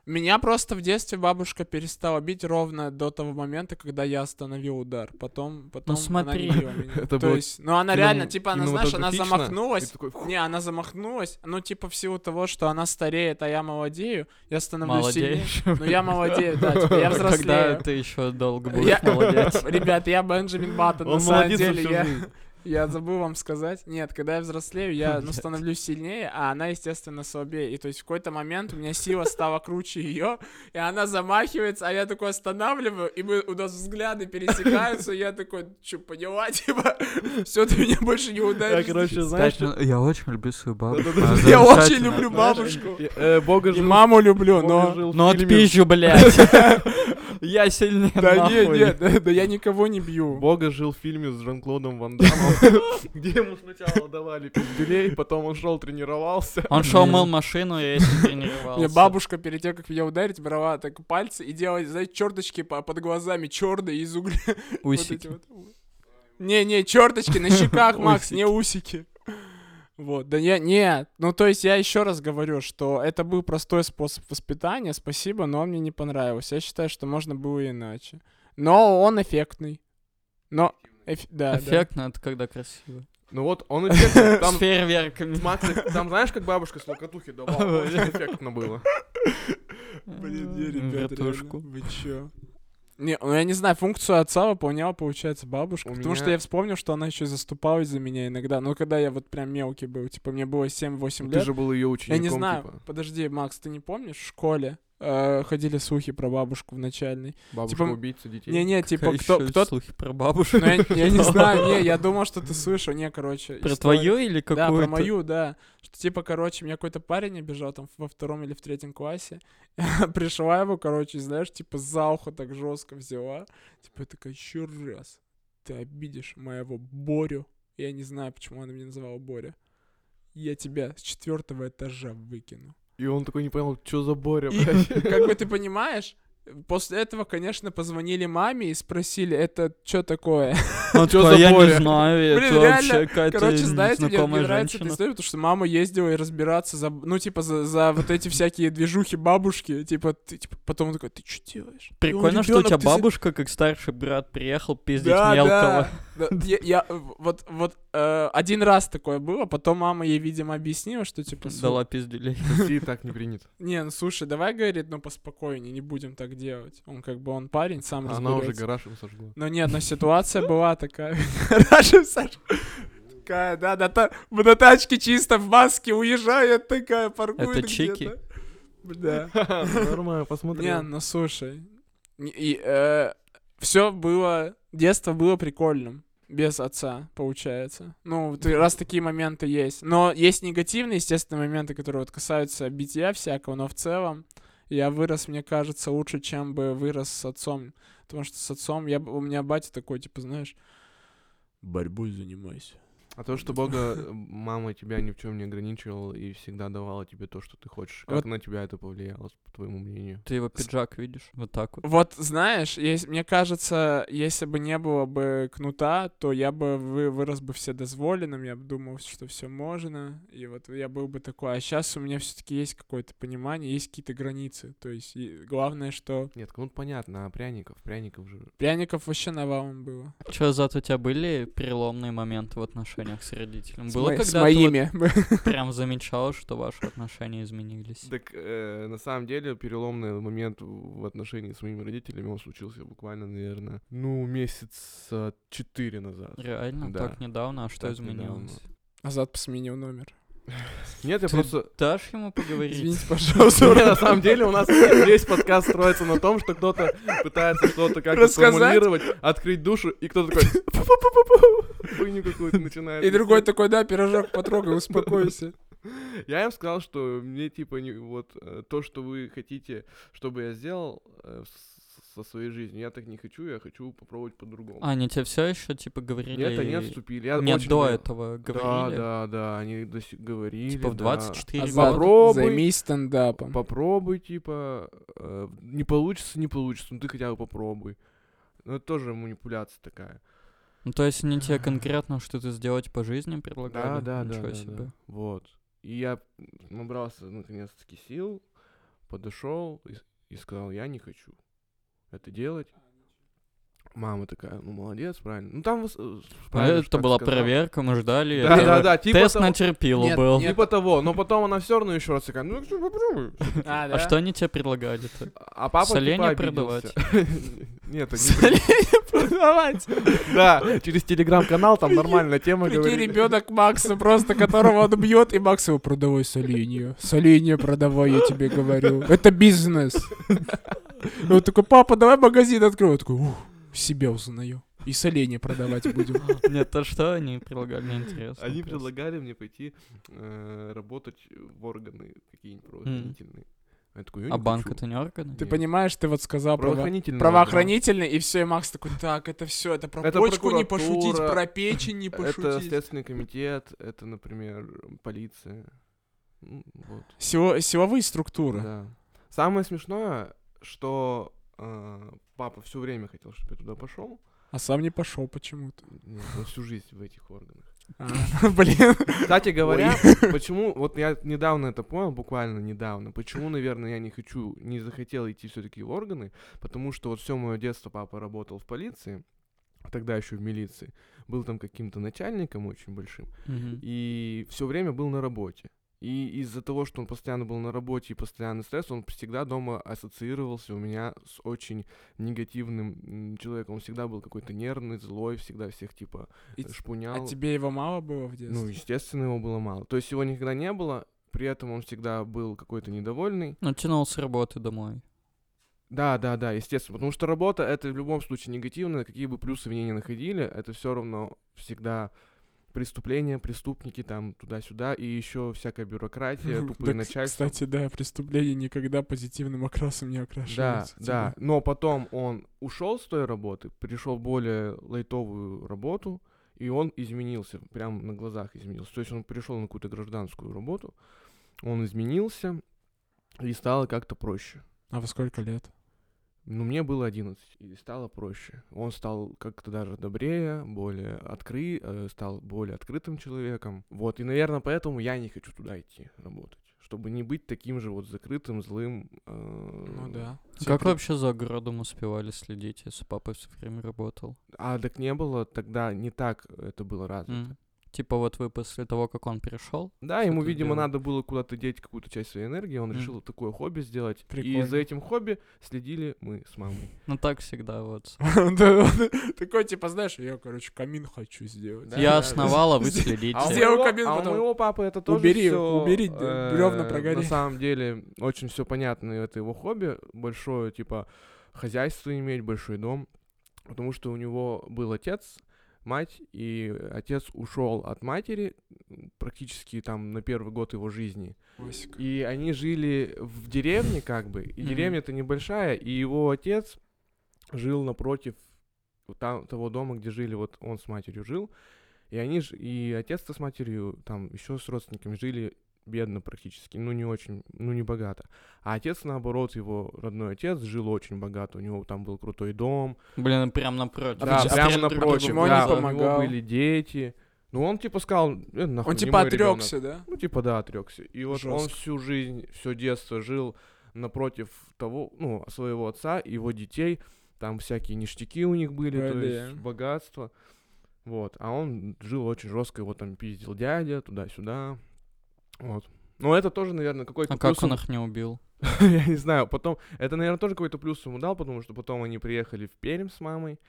Speaker 1: Меня просто в детстве бабушка перестала бить ровно до того момента, когда я остановил удар. Потом, потом она
Speaker 2: Ну, смотри.
Speaker 1: не била меня.
Speaker 3: Это
Speaker 1: То
Speaker 3: было
Speaker 1: есть, ну она реально, типа, она, знаешь, она
Speaker 3: кинематографично, и
Speaker 1: замахнулась.
Speaker 3: ты такой, «Фу».
Speaker 1: Не, она замахнулась, ну, типа, в силу того, что она стареет, а я молодею, я становлюсь сильнее.
Speaker 2: Молодеешь.
Speaker 1: Ну, я молодею, да, типа, я
Speaker 2: Когда
Speaker 1: взрослею.
Speaker 2: ты еще долго
Speaker 1: Я-
Speaker 2: будешь молодеть.
Speaker 1: Ребят, я Бенджамин Баттон, на
Speaker 3: Он
Speaker 1: самом
Speaker 3: молодец
Speaker 1: деле,
Speaker 3: всю
Speaker 1: я...
Speaker 3: жизнь.
Speaker 1: Я забыл вам сказать. Нет, когда я взрослею, я ну,
Speaker 2: Блядь.
Speaker 1: становлюсь сильнее, а она, естественно, слабее. И то есть в какой-то момент у меня сила стала круче ее, и она замахивается, а я такой останавливаю, и мы, у нас взгляды пересекаются, и я такой, что, поняла, типа, все, ты меня больше не
Speaker 3: Я,
Speaker 1: ударишь.
Speaker 3: короче, знаешь,
Speaker 2: Кстати, ну, Я очень люблю свою бабушку.
Speaker 3: Да-да-да.
Speaker 2: она
Speaker 1: Я очень
Speaker 2: замечательная.
Speaker 1: люблю бабушку.
Speaker 3: э, э, Бога
Speaker 1: И
Speaker 3: жил,
Speaker 1: маму люблю,
Speaker 3: Бога
Speaker 1: но...
Speaker 3: жил в
Speaker 2: Ну
Speaker 3: фильме.
Speaker 2: отпизжу, блядь. Я сильнее
Speaker 1: Да
Speaker 2: нахуй.
Speaker 1: нет, нет, да- да я никого не бью.
Speaker 3: Бога жил в фильме с Жан-Клодом Ван Даммом, где ему сначала давали пизделей, потом он шел тренировался.
Speaker 2: Он шел
Speaker 1: Не.
Speaker 2: мыл машину, я этим тренировался.
Speaker 1: Мне бабушка перед тем, как меня ударить, брала так пальцы и делала, знаете, черточки по- под глазами, черные из угля. Вот эти
Speaker 2: Усики.
Speaker 1: вот. Не, не, черточки на щеках, Макс, не усики. Вот, да я, нет, ну то есть я еще раз говорю, что это был простой способ воспитания, спасибо, но он мне не понравился. Я считаю, что можно было иначе. Но он эффектный. Но, эф-
Speaker 2: А,
Speaker 1: да, да.
Speaker 2: Эффектно, ну, это когда красиво.
Speaker 3: Ну вот, он эффектно,
Speaker 2: С
Speaker 3: там...
Speaker 2: фейерверками.
Speaker 3: Макс, там знаешь, как бабушка с локотухи давала? Очень эффектно было.
Speaker 1: Блин, не,
Speaker 2: Э,
Speaker 1: ребят,
Speaker 2: вертушку.
Speaker 1: реально, вы чё? Не, ну я не знаю, функцию отца выполняла, получается, бабушка.
Speaker 3: У
Speaker 1: потому что
Speaker 3: меня-
Speaker 1: я вспомнил, что она еще заступалась за меня иногда. Но когда я вот прям мелкий был, типа мне было 7-8
Speaker 3: Ты
Speaker 1: лет.
Speaker 3: же был ее
Speaker 1: Я
Speaker 3: учеником,
Speaker 1: не знаю.
Speaker 3: типа.
Speaker 1: Подожди, Макс, ты не помнишь? В школе э, ходили слухи про бабушку в начальной.
Speaker 3: Бабушка-убийца детей.
Speaker 1: Не-не, типа, кто...
Speaker 2: Какая
Speaker 1: кто
Speaker 2: ещё слухи про бабушку.
Speaker 1: ну, я, я не знаю, не, я думал, что ты слышал, не, короче.
Speaker 2: Про
Speaker 1: история.
Speaker 2: твою или
Speaker 1: Да,
Speaker 2: какую-то?
Speaker 1: про мою, да. Что, типа, короче, меня какой-то парень обижал там во втором или в третьем классе. Пришла его, короче, и, знаешь, типа, за ухо так жестко взяла. Типа, я такая, еще раз ты обидишь моего Борю. Я не знаю, почему она меня называла Боря. Я тебя с четвертого этажа выкину.
Speaker 3: И он такой не понял, что за Боря,
Speaker 1: И,
Speaker 3: блядь.
Speaker 1: как бы ты понимаешь, после этого, конечно, позвонили маме и спросили, это что такое?
Speaker 2: Ну,
Speaker 3: Чё
Speaker 2: такая,
Speaker 3: за
Speaker 2: я
Speaker 3: Боря?
Speaker 2: не знаю, это
Speaker 1: Блин, реально,
Speaker 2: вообще какая-то
Speaker 1: Короче, знаете, мне, мне
Speaker 2: незнакомая
Speaker 1: нравится эта
Speaker 2: женщина.
Speaker 1: история, потому что мама ездила и разбираться за, ну, типа, за, за вот эти всякие движухи бабушки, типа, ты, типа, потом такой, ты что делаешь? И он,
Speaker 2: Прикольно, что у
Speaker 1: «Ребёнок,
Speaker 2: тебя
Speaker 1: ты за-
Speaker 2: бабушка, как старший брат, приехал пиздить
Speaker 1: Да,
Speaker 2: мелкого.
Speaker 1: да, да. Я, я, э, вот, вот э, один раз такое было, потом мама ей, видимо, объяснила, что типа... «Слу-
Speaker 2: Дала пиздюлей.
Speaker 3: В России так не принято.
Speaker 1: Не, ну слушай, давай, говорит, ну поспокойнее, не будем так делать. Он как бы, он парень, сам
Speaker 3: Она уже
Speaker 1: разберётся.
Speaker 3: гараж им сожгла.
Speaker 1: Ну нет, но ситуация была такая. Раша, Саша. Такая, да, на, та- на тачке чисто в маске уезжает такая, паркует
Speaker 2: Это чики?
Speaker 1: где-то. Да.
Speaker 3: Нормально,
Speaker 1: Не,
Speaker 3: посмотрим.
Speaker 1: ну слушай. не- И, все было... Детство было прикольным. Без отца, получается. Ну, ты- раз такие моменты есть. Но есть негативные, естественно, моменты, которые вот касаются битья всякого, но в целом я вырос, мне кажется, лучше, чем бы вырос с отцом. Потому что с отцом я, б- у меня батя такой, типа, знаешь... Борьбой занимайся.
Speaker 3: А то, что Бога, э, мама тебя ни в чем не ограничивала и всегда давала тебе то, что ты хочешь. Как
Speaker 1: Вот.
Speaker 3: на тебя это повлияло, по твоему мнению?
Speaker 2: Ты его пиджак видишь? Вот так вот.
Speaker 1: Вот, знаешь, ес- мне кажется, если бы не было бы кнута, то я бы вы- вырос бы вседозволенным, я бы думал, что все можно, и вот я был бы такой. А сейчас у меня все-таки есть какое-то понимание, есть какие-то границы. То есть и главное, что
Speaker 3: Нет, ну понятно, а пряников, пряников же.
Speaker 1: пряников вообще навалом было.
Speaker 2: Че, зато у тебя были переломные моменты в отношениях с родителем?
Speaker 1: С мо-
Speaker 2: Было, когда
Speaker 1: с
Speaker 2: ты вот
Speaker 1: моими.
Speaker 2: прям замечал, что ваши отношения изменились?
Speaker 3: Так э, на самом деле переломный момент в отношении с моими родителями он случился буквально, наверное, ну месяц э, четыре назад.
Speaker 2: Реально?
Speaker 3: Да.
Speaker 2: Так недавно? А что
Speaker 3: Так
Speaker 2: изменилось?
Speaker 1: Назад посменил номер.
Speaker 3: Нет, я
Speaker 2: Ты-
Speaker 3: просто.
Speaker 2: Дашь ему поговорить?
Speaker 1: Извините, пожалуйста.
Speaker 3: Не, на самом деле у нас весь подкаст строится на том, что кто-то пытается что-то как-то
Speaker 1: Рассказать?
Speaker 3: сформулировать, открыть душу, и кто-то такой «Пу-пу-пу-пу-пу», хуйню какую-то начинает.
Speaker 1: И другой
Speaker 3: нести.
Speaker 1: такой, да, пирожок потрогай, успокойся.
Speaker 3: Я им сказал, что мне типа не вот э, то, что вы хотите, чтобы я сделал э, с- со своей жизнью, я так не хочу, я хочу попробовать по-другому.
Speaker 2: А, они тебе все еще типа говорили?
Speaker 3: Нет, они отступили. Я
Speaker 2: Нет,
Speaker 3: очень
Speaker 2: до
Speaker 3: жалею.
Speaker 2: этого
Speaker 3: Да,
Speaker 2: говорили?
Speaker 3: да, да, они до сих говорили.
Speaker 2: Типа в
Speaker 3: да.
Speaker 2: 24
Speaker 1: А
Speaker 2: года?
Speaker 1: за-
Speaker 3: Попробуй.
Speaker 1: Займись стендапом.
Speaker 3: Попробуй, типа, э, не получится, не получится, ну ты хотя бы попробуй. Ну это тоже манипуляция такая.
Speaker 2: Ну, то есть они тебе конкретно что-то сделать по жизни предлагали? Ну,
Speaker 3: Да, да, да,
Speaker 2: Ничего
Speaker 3: да,
Speaker 2: себе.
Speaker 3: да. Вот. И я набрался наконец-таки сил, подошел и, с- и сказал, я не хочу это делать. Мама такая, ну молодец, правильно. Ну там вос- э, правильно, что
Speaker 2: это
Speaker 3: так
Speaker 2: была
Speaker 3: сказала.
Speaker 2: проверка, мы ждали.
Speaker 3: Да,
Speaker 2: это
Speaker 3: да, да, типа
Speaker 2: Тест
Speaker 3: того.
Speaker 2: на терпилу
Speaker 1: Нет,
Speaker 2: был.
Speaker 1: нет.
Speaker 3: Типа того, но потом она все равно еще раз такая, ну что, попробуй.
Speaker 1: А,
Speaker 2: А что они тебе предлагали-то?
Speaker 3: А папа
Speaker 2: Соленья
Speaker 3: типа обиделся. Нет, так не при-
Speaker 1: Соленья продавать.
Speaker 3: да, через телеграм-канал там нормальная тема
Speaker 1: Прикинь,
Speaker 3: говорит.
Speaker 1: ребенок Макса, просто которого он бьет, и Макс его продавай соленье. Соленье продавай, я тебе говорю. Это бизнес. И
Speaker 3: Ну,
Speaker 1: он такой, папа, давай магазин открою. Я такой, ух, себя узнаю. И соленье продавать будем.
Speaker 2: Нет, то что они предлагали, мне интересно.
Speaker 3: Они
Speaker 2: просто.
Speaker 3: предлагали мне пойти э, работать в органы какие-нибудь правоохранительные. Я такой, я не
Speaker 2: А банк
Speaker 3: хочу.
Speaker 2: это не органы?
Speaker 1: Ты
Speaker 3: Нет.
Speaker 1: понимаешь, ты вот сказал про
Speaker 3: Правоохранительные.
Speaker 1: правоохранительный, и все, и Макс такой, так, это все, это про
Speaker 3: Это
Speaker 1: почку не пошутить,
Speaker 3: прокуратура.
Speaker 1: про печень не
Speaker 3: да. Это
Speaker 1: пошутить.
Speaker 3: следственный комитет, это, например, полиция. Ну, вот.
Speaker 1: Сила- Силовые структуры.
Speaker 3: Да. Самое смешное, что э, папа все время хотел, чтобы я туда пошел.
Speaker 1: А сам не пошел почему-то.
Speaker 3: Нет, он всю жизнь в этих органах.
Speaker 1: А, Блин.
Speaker 3: Кстати говоря, почему, вот я недавно это понял, буквально недавно, почему, наверное, я не хочу, не захотел идти все-таки в органы, потому что вот все мое детство папа работал в полиции, тогда еще в милиции, был там каким-то начальником очень большим,
Speaker 2: Мгм.
Speaker 3: и все время был на работе. И из-за того, что он постоянно был на работе и постоянный стресс, он всегда дома ассоциировался у меня с очень негативным м, человеком. Он всегда был какой-то нервный, злой, всегда всех типа
Speaker 1: И
Speaker 3: э, шпунял.
Speaker 1: А тебе его мало было в
Speaker 3: Ну,
Speaker 1: детстве?
Speaker 3: естественно, его было мало. То есть его никогда не было, при этом он всегда был какой-то недовольный.
Speaker 2: Ну, тянул с работы домой.
Speaker 3: Да, да, да, естественно, потому что работа это в любом случае негативно, какие бы плюсы в ней не находили, это все равно всегда преступления, преступники там туда-сюда и еще всякая бюрократия, тупые
Speaker 1: Да, кс-
Speaker 3: начальства.
Speaker 1: Ну, Кстати, да, преступление никогда позитивным окрасом не
Speaker 3: Да,
Speaker 1: окрашивается. типа.
Speaker 3: да. Но потом он ушел с той работы, перешел в более лайтовую работу, и он изменился, прям на глазах изменился. То есть он перешел на какую-то гражданскую работу, он изменился, и стало как-то проще.
Speaker 1: А во сколько лет?
Speaker 3: Ну, мне было 11, и стало проще. Он стал как-то даже добрее, более откры... э, стал более открытым человеком. Вот, и, наверное, поэтому я не хочу туда идти работать. Чтобы не быть таким же вот закрытым, злым. э,
Speaker 1: Ну да.
Speaker 2: А Как вообще за огородом успевали следить, если папа все время работал?
Speaker 3: А так не было, тогда не так это было развито.
Speaker 2: М. Типа вот вы после того, как он пришел,
Speaker 3: Да, ему,
Speaker 2: ты
Speaker 3: видимо,
Speaker 2: делал?
Speaker 3: надо было куда-то деть какую-то часть своей энергии, он
Speaker 2: М.
Speaker 3: решил такое хобби сделать. И
Speaker 1: Прикольно.
Speaker 3: за этим хобби следили мы с мамой.
Speaker 2: ну так всегда вот.
Speaker 1: Да, он Такой, типа, знаешь, я, короче, камин хочу сделать.
Speaker 3: Да,
Speaker 2: Я
Speaker 3: да.
Speaker 2: основала, вы
Speaker 1: Здесь-
Speaker 2: следите.
Speaker 3: А у,
Speaker 1: Сделал
Speaker 3: моего,
Speaker 1: кабинку
Speaker 3: а у
Speaker 1: потом.
Speaker 3: моего папы это тоже
Speaker 1: Убери,
Speaker 3: всё,
Speaker 1: убери, да,
Speaker 3: э,
Speaker 1: бревна прогорели.
Speaker 3: На самом деле, очень все понятно, и это его хобби большое, типа, хозяйство иметь, большой дом. Потому что у него был отец, мать, и отец ушел от матери м, практически там на первый год его жизни.
Speaker 1: Васик.
Speaker 3: И они жили в деревне, как бы. И
Speaker 2: Мгм.
Speaker 3: деревня-то небольшая, и его отец жил напротив вот там, того дома, где жили, вот он с матерью жил. И они ж- и отец-то с матерью там еще с родственниками жили бедно практически, ну не очень, ну не богато. А отец, наоборот, его родной отец жил очень богато, у него там был крутой дом,
Speaker 2: Блин, прям напротив.
Speaker 1: А
Speaker 3: да,
Speaker 1: поч- а
Speaker 3: прямо
Speaker 1: почему- а
Speaker 3: напротив,
Speaker 1: почему он не
Speaker 3: да, у него
Speaker 1: помогал?
Speaker 3: были дети. Ну он типа сказал, «Э, нахуй,
Speaker 1: Он
Speaker 3: не
Speaker 1: типа
Speaker 3: мой ребёнок».
Speaker 1: отрекся, да?
Speaker 3: Ну, типа, да, отрекся. И вот он
Speaker 1: Жёстко.
Speaker 3: всю жизнь, все детство жил напротив того, ну, своего отца, и его детей. Там всякие ништяки у них были, то есть
Speaker 1: Блин.
Speaker 3: богатство. Вот. А он жил очень жестко, его там пиздил дядя, туда-сюда. Вот. Но это тоже, наверное, какой-то
Speaker 2: А как
Speaker 3: плюс
Speaker 2: он
Speaker 3: им-
Speaker 2: их не убил?
Speaker 3: Я не знаю. Потом... Это, наверное, тоже какой-то плюс ему дал, потому что потом они приехали в Пермь с мамой.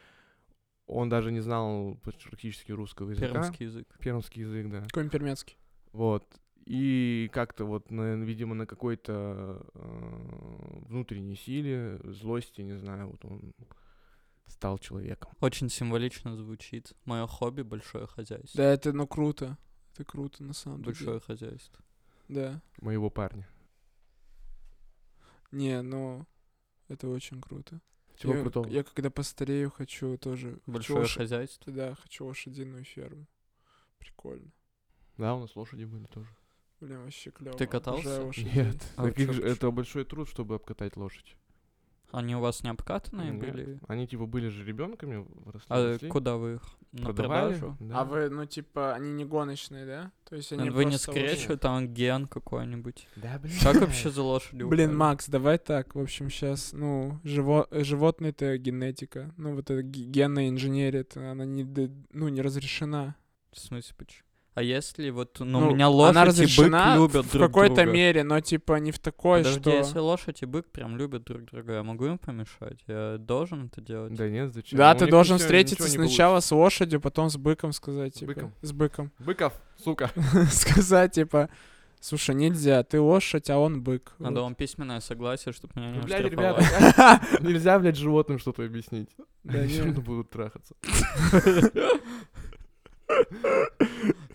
Speaker 3: Он даже не знал практически русского языка.
Speaker 2: Пермский язык.
Speaker 3: Пермский язык, да.
Speaker 1: Какой-нибудь пермяцкий.
Speaker 3: Вот. И как-то вот, на- видимо, на какой-то э, внутренней силе, злости, не знаю, вот он стал человеком.
Speaker 2: Очень символично звучит. Мое хобби — большое хозяйство.
Speaker 1: Да, это, ну, круто. Это круто, на самом деле.
Speaker 2: Большое хозяйство.
Speaker 1: Да.
Speaker 3: Моего парня.
Speaker 1: Не, ну, это очень круто.
Speaker 3: Всего
Speaker 1: Я-
Speaker 3: крутого.
Speaker 1: Я, когда постарею, хочу тоже... хочу
Speaker 2: Большое
Speaker 1: лош-
Speaker 2: хозяйство.
Speaker 1: Да, хочу лошадиную ферму. Прикольно.
Speaker 3: Да, у нас лошади были тоже.
Speaker 1: Блин, вообще клево.
Speaker 2: катался?
Speaker 3: Нет.
Speaker 2: А
Speaker 3: Таких
Speaker 2: чё-
Speaker 3: же-
Speaker 2: чё-
Speaker 3: это большой труд, чтобы обкатать лошадь.
Speaker 2: Они у вас не
Speaker 1: Ну,
Speaker 2: обкатанные
Speaker 3: Нет,
Speaker 2: были?
Speaker 3: Они типа были же ребенками,
Speaker 2: А
Speaker 3: росли, росли,
Speaker 2: куда вы их? На
Speaker 3: продавали,
Speaker 2: продажу?
Speaker 3: да.
Speaker 1: А вы, ну, типа, они не гоночные, да? То есть они
Speaker 2: Вы не
Speaker 1: просто уже-
Speaker 2: скречу, там ген какой-нибудь.
Speaker 3: Да, блин.
Speaker 2: Как вообще за лошадью?
Speaker 1: Блин,
Speaker 2: ухаживать?
Speaker 1: Макс, давай так. В общем, сейчас, ну, живо... э, животные это генетика. Ну, вот эта ге- генная инженерия, это она не, д- ну, не разрешена.
Speaker 2: В смысле, почему? А если вот, ну,
Speaker 1: Ну,
Speaker 2: у меня
Speaker 1: она
Speaker 2: лошадь и бык
Speaker 1: разрешена
Speaker 2: любят
Speaker 1: в
Speaker 2: друг
Speaker 1: какой-то
Speaker 2: друга.
Speaker 1: мере, но типа не в такой,
Speaker 2: Подожди,
Speaker 1: что.
Speaker 2: если лошадь и бык прям любят друг друга, я могу им помешать? Я должен это делать?
Speaker 3: Да нет, зачем?
Speaker 1: Да,
Speaker 3: Ну, у
Speaker 1: ты
Speaker 3: них
Speaker 1: должен
Speaker 3: ничего-
Speaker 1: встретиться
Speaker 3: ничего не
Speaker 1: сначала с лошадью, потом с быком сказать,
Speaker 3: С
Speaker 1: типа.
Speaker 3: быком?
Speaker 1: С быком.
Speaker 3: получится. Быков, сука.
Speaker 1: сказать, типа, слушай, нельзя, ты лошадь, а он бык.
Speaker 2: Надо
Speaker 1: Вот.
Speaker 2: вам письменное согласие, чтобы меня не
Speaker 3: Блядь,
Speaker 2: оштрафовали.
Speaker 3: ребята, нельзя, блядь, животным что-то объяснить.
Speaker 1: Да
Speaker 3: Они
Speaker 1: не.
Speaker 3: всё равно будут трахаться.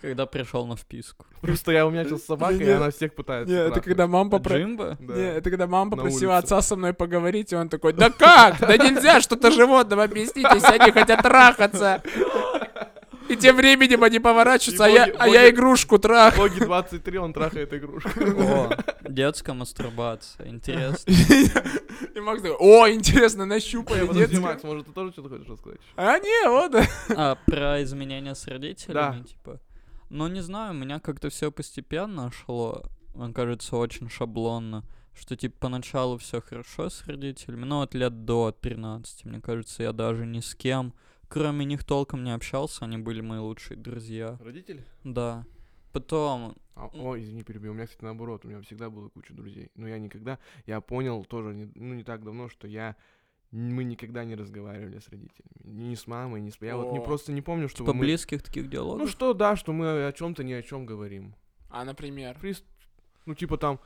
Speaker 2: Когда пришел на вписку.
Speaker 3: Просто я у меня сейчас собака, и
Speaker 1: Не-не.
Speaker 3: она всех пытается
Speaker 1: Не, это
Speaker 3: трахнуть.
Speaker 1: когда мама попросила.
Speaker 2: Джимбо?
Speaker 3: Да.
Speaker 1: Не, это когда мама
Speaker 3: На
Speaker 1: попросила
Speaker 3: улице.
Speaker 1: отца со мной поговорить, и он такой, да как? Да нельзя что-то животным объяснить, если они хотят трахаться. И тем временем они поворачиваются, а
Speaker 3: И
Speaker 1: я,
Speaker 3: боги-
Speaker 1: а я
Speaker 3: боги-
Speaker 1: игрушку трах.
Speaker 3: Логи 23, он трахает игрушку.
Speaker 2: О, детская мастурбация. Интересно.
Speaker 1: И Макс такой, о, интересно,
Speaker 3: Ой,
Speaker 1: нащупай
Speaker 3: подожди, Макс, может, ты тоже что-то хочешь рассказать?
Speaker 1: А не, вот. да.
Speaker 2: А про изменения с родителями,
Speaker 3: Да.
Speaker 2: типа. Ну, не знаю, у меня как-то все постепенно шло. Мне кажется, очень шаблонно. Что, типа, поначалу все хорошо с родителями. Ну, от лет до 13, мне кажется, я даже ни с кем, кроме них, толком не общался. Они были мои лучшие друзья.
Speaker 3: Родители?
Speaker 2: Да. Потом,
Speaker 3: А, о, извини, перебил. У меня, кстати, наоборот. У меня всегда было куча друзей. Но я никогда... Я понял тоже, не- ну, не так давно, что я... Мы никогда не разговаривали с родителями. Ни с мамой, ни с... Я вот не
Speaker 1: О.
Speaker 3: просто не помню, что
Speaker 2: типа,
Speaker 3: мы...
Speaker 2: близких таких
Speaker 3: Ну
Speaker 2: диалогов.
Speaker 3: что, да, что мы о чем-то ни о чем говорим.
Speaker 1: А, например,
Speaker 3: Приз- Ну, типа там...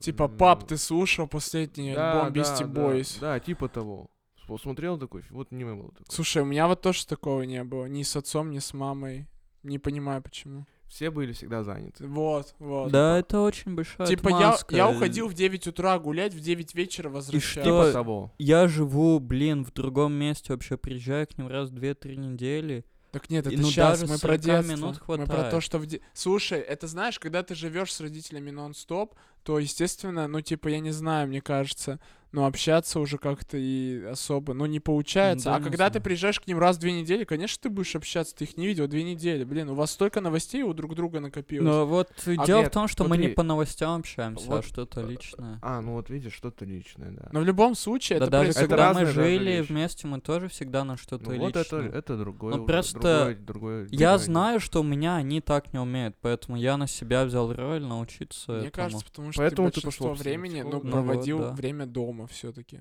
Speaker 1: типа,
Speaker 3: м,
Speaker 1: пап, ты слушал последний
Speaker 3: да,
Speaker 1: альбом Beastie
Speaker 3: да, да,
Speaker 1: Boys?
Speaker 3: Да, типа того. С- Смотрел такой, фи- вот не было такого.
Speaker 1: Слушай, у меня вот тоже такого не было. Ни с отцом, ни с мамой. Не понимаю, почему.
Speaker 3: Все были всегда заняты.
Speaker 1: Вот, вот.
Speaker 2: да, это очень большая
Speaker 1: Типа я,
Speaker 2: отмазка.
Speaker 1: я уходил в 9 утра гулять, в 9 вечера возвращался.
Speaker 2: что?
Speaker 3: Типа того.
Speaker 2: Я живу, блин, в другом месте вообще, приезжаю к ним раз в 2-3 недели.
Speaker 1: Так нет,
Speaker 2: И
Speaker 1: это
Speaker 2: ну
Speaker 1: сейчас,
Speaker 2: даже
Speaker 1: мы про
Speaker 2: 40
Speaker 1: детство.
Speaker 2: минут
Speaker 1: мы про то,
Speaker 2: хватает.
Speaker 1: что... В де- Слушай, это знаешь, когда ты живешь с родителями нон-стоп, то, естественно, ну, типа, я не знаю, мне кажется, но общаться уже как-то и особо, ну, не получается.
Speaker 2: Да,
Speaker 1: а
Speaker 2: не
Speaker 1: когда ты
Speaker 2: знаю.
Speaker 1: приезжаешь к ним раз в две недели, конечно, ты будешь общаться, ты их не видел две недели. Блин, у вас столько новостей у друг друга накопилось.
Speaker 2: Но вот
Speaker 3: А
Speaker 2: дело
Speaker 3: нет,
Speaker 2: в том, что мы
Speaker 3: смотри,
Speaker 2: не по новостям общаемся, а
Speaker 3: вот,
Speaker 2: что-то
Speaker 1: э,
Speaker 2: личное.
Speaker 3: А, ну вот видишь, что-то личное, да.
Speaker 1: Но в любом случае
Speaker 2: Да
Speaker 1: это
Speaker 2: даже
Speaker 1: происходит-
Speaker 3: Это
Speaker 2: когда мы
Speaker 3: разные даже
Speaker 2: жили
Speaker 3: вещи.
Speaker 2: вместе, мы тоже всегда на что-то
Speaker 3: Ну
Speaker 2: личное.
Speaker 3: вот это, это другое.
Speaker 2: Ну
Speaker 3: уже,
Speaker 2: просто
Speaker 3: другое- другое- типа
Speaker 2: Я
Speaker 1: типа.
Speaker 3: другое.
Speaker 2: знаю, что у меня они так не умеют, поэтому я на себя взял роль научиться
Speaker 1: Мне
Speaker 2: этому.
Speaker 1: кажется, потому что
Speaker 3: Поэтому
Speaker 1: ты
Speaker 3: ты
Speaker 2: типа,
Speaker 1: большинство
Speaker 3: пошла к
Speaker 1: времени ну,
Speaker 3: психологу.
Speaker 2: Ну вот,
Speaker 1: проводил
Speaker 2: да.
Speaker 1: время дома все-таки.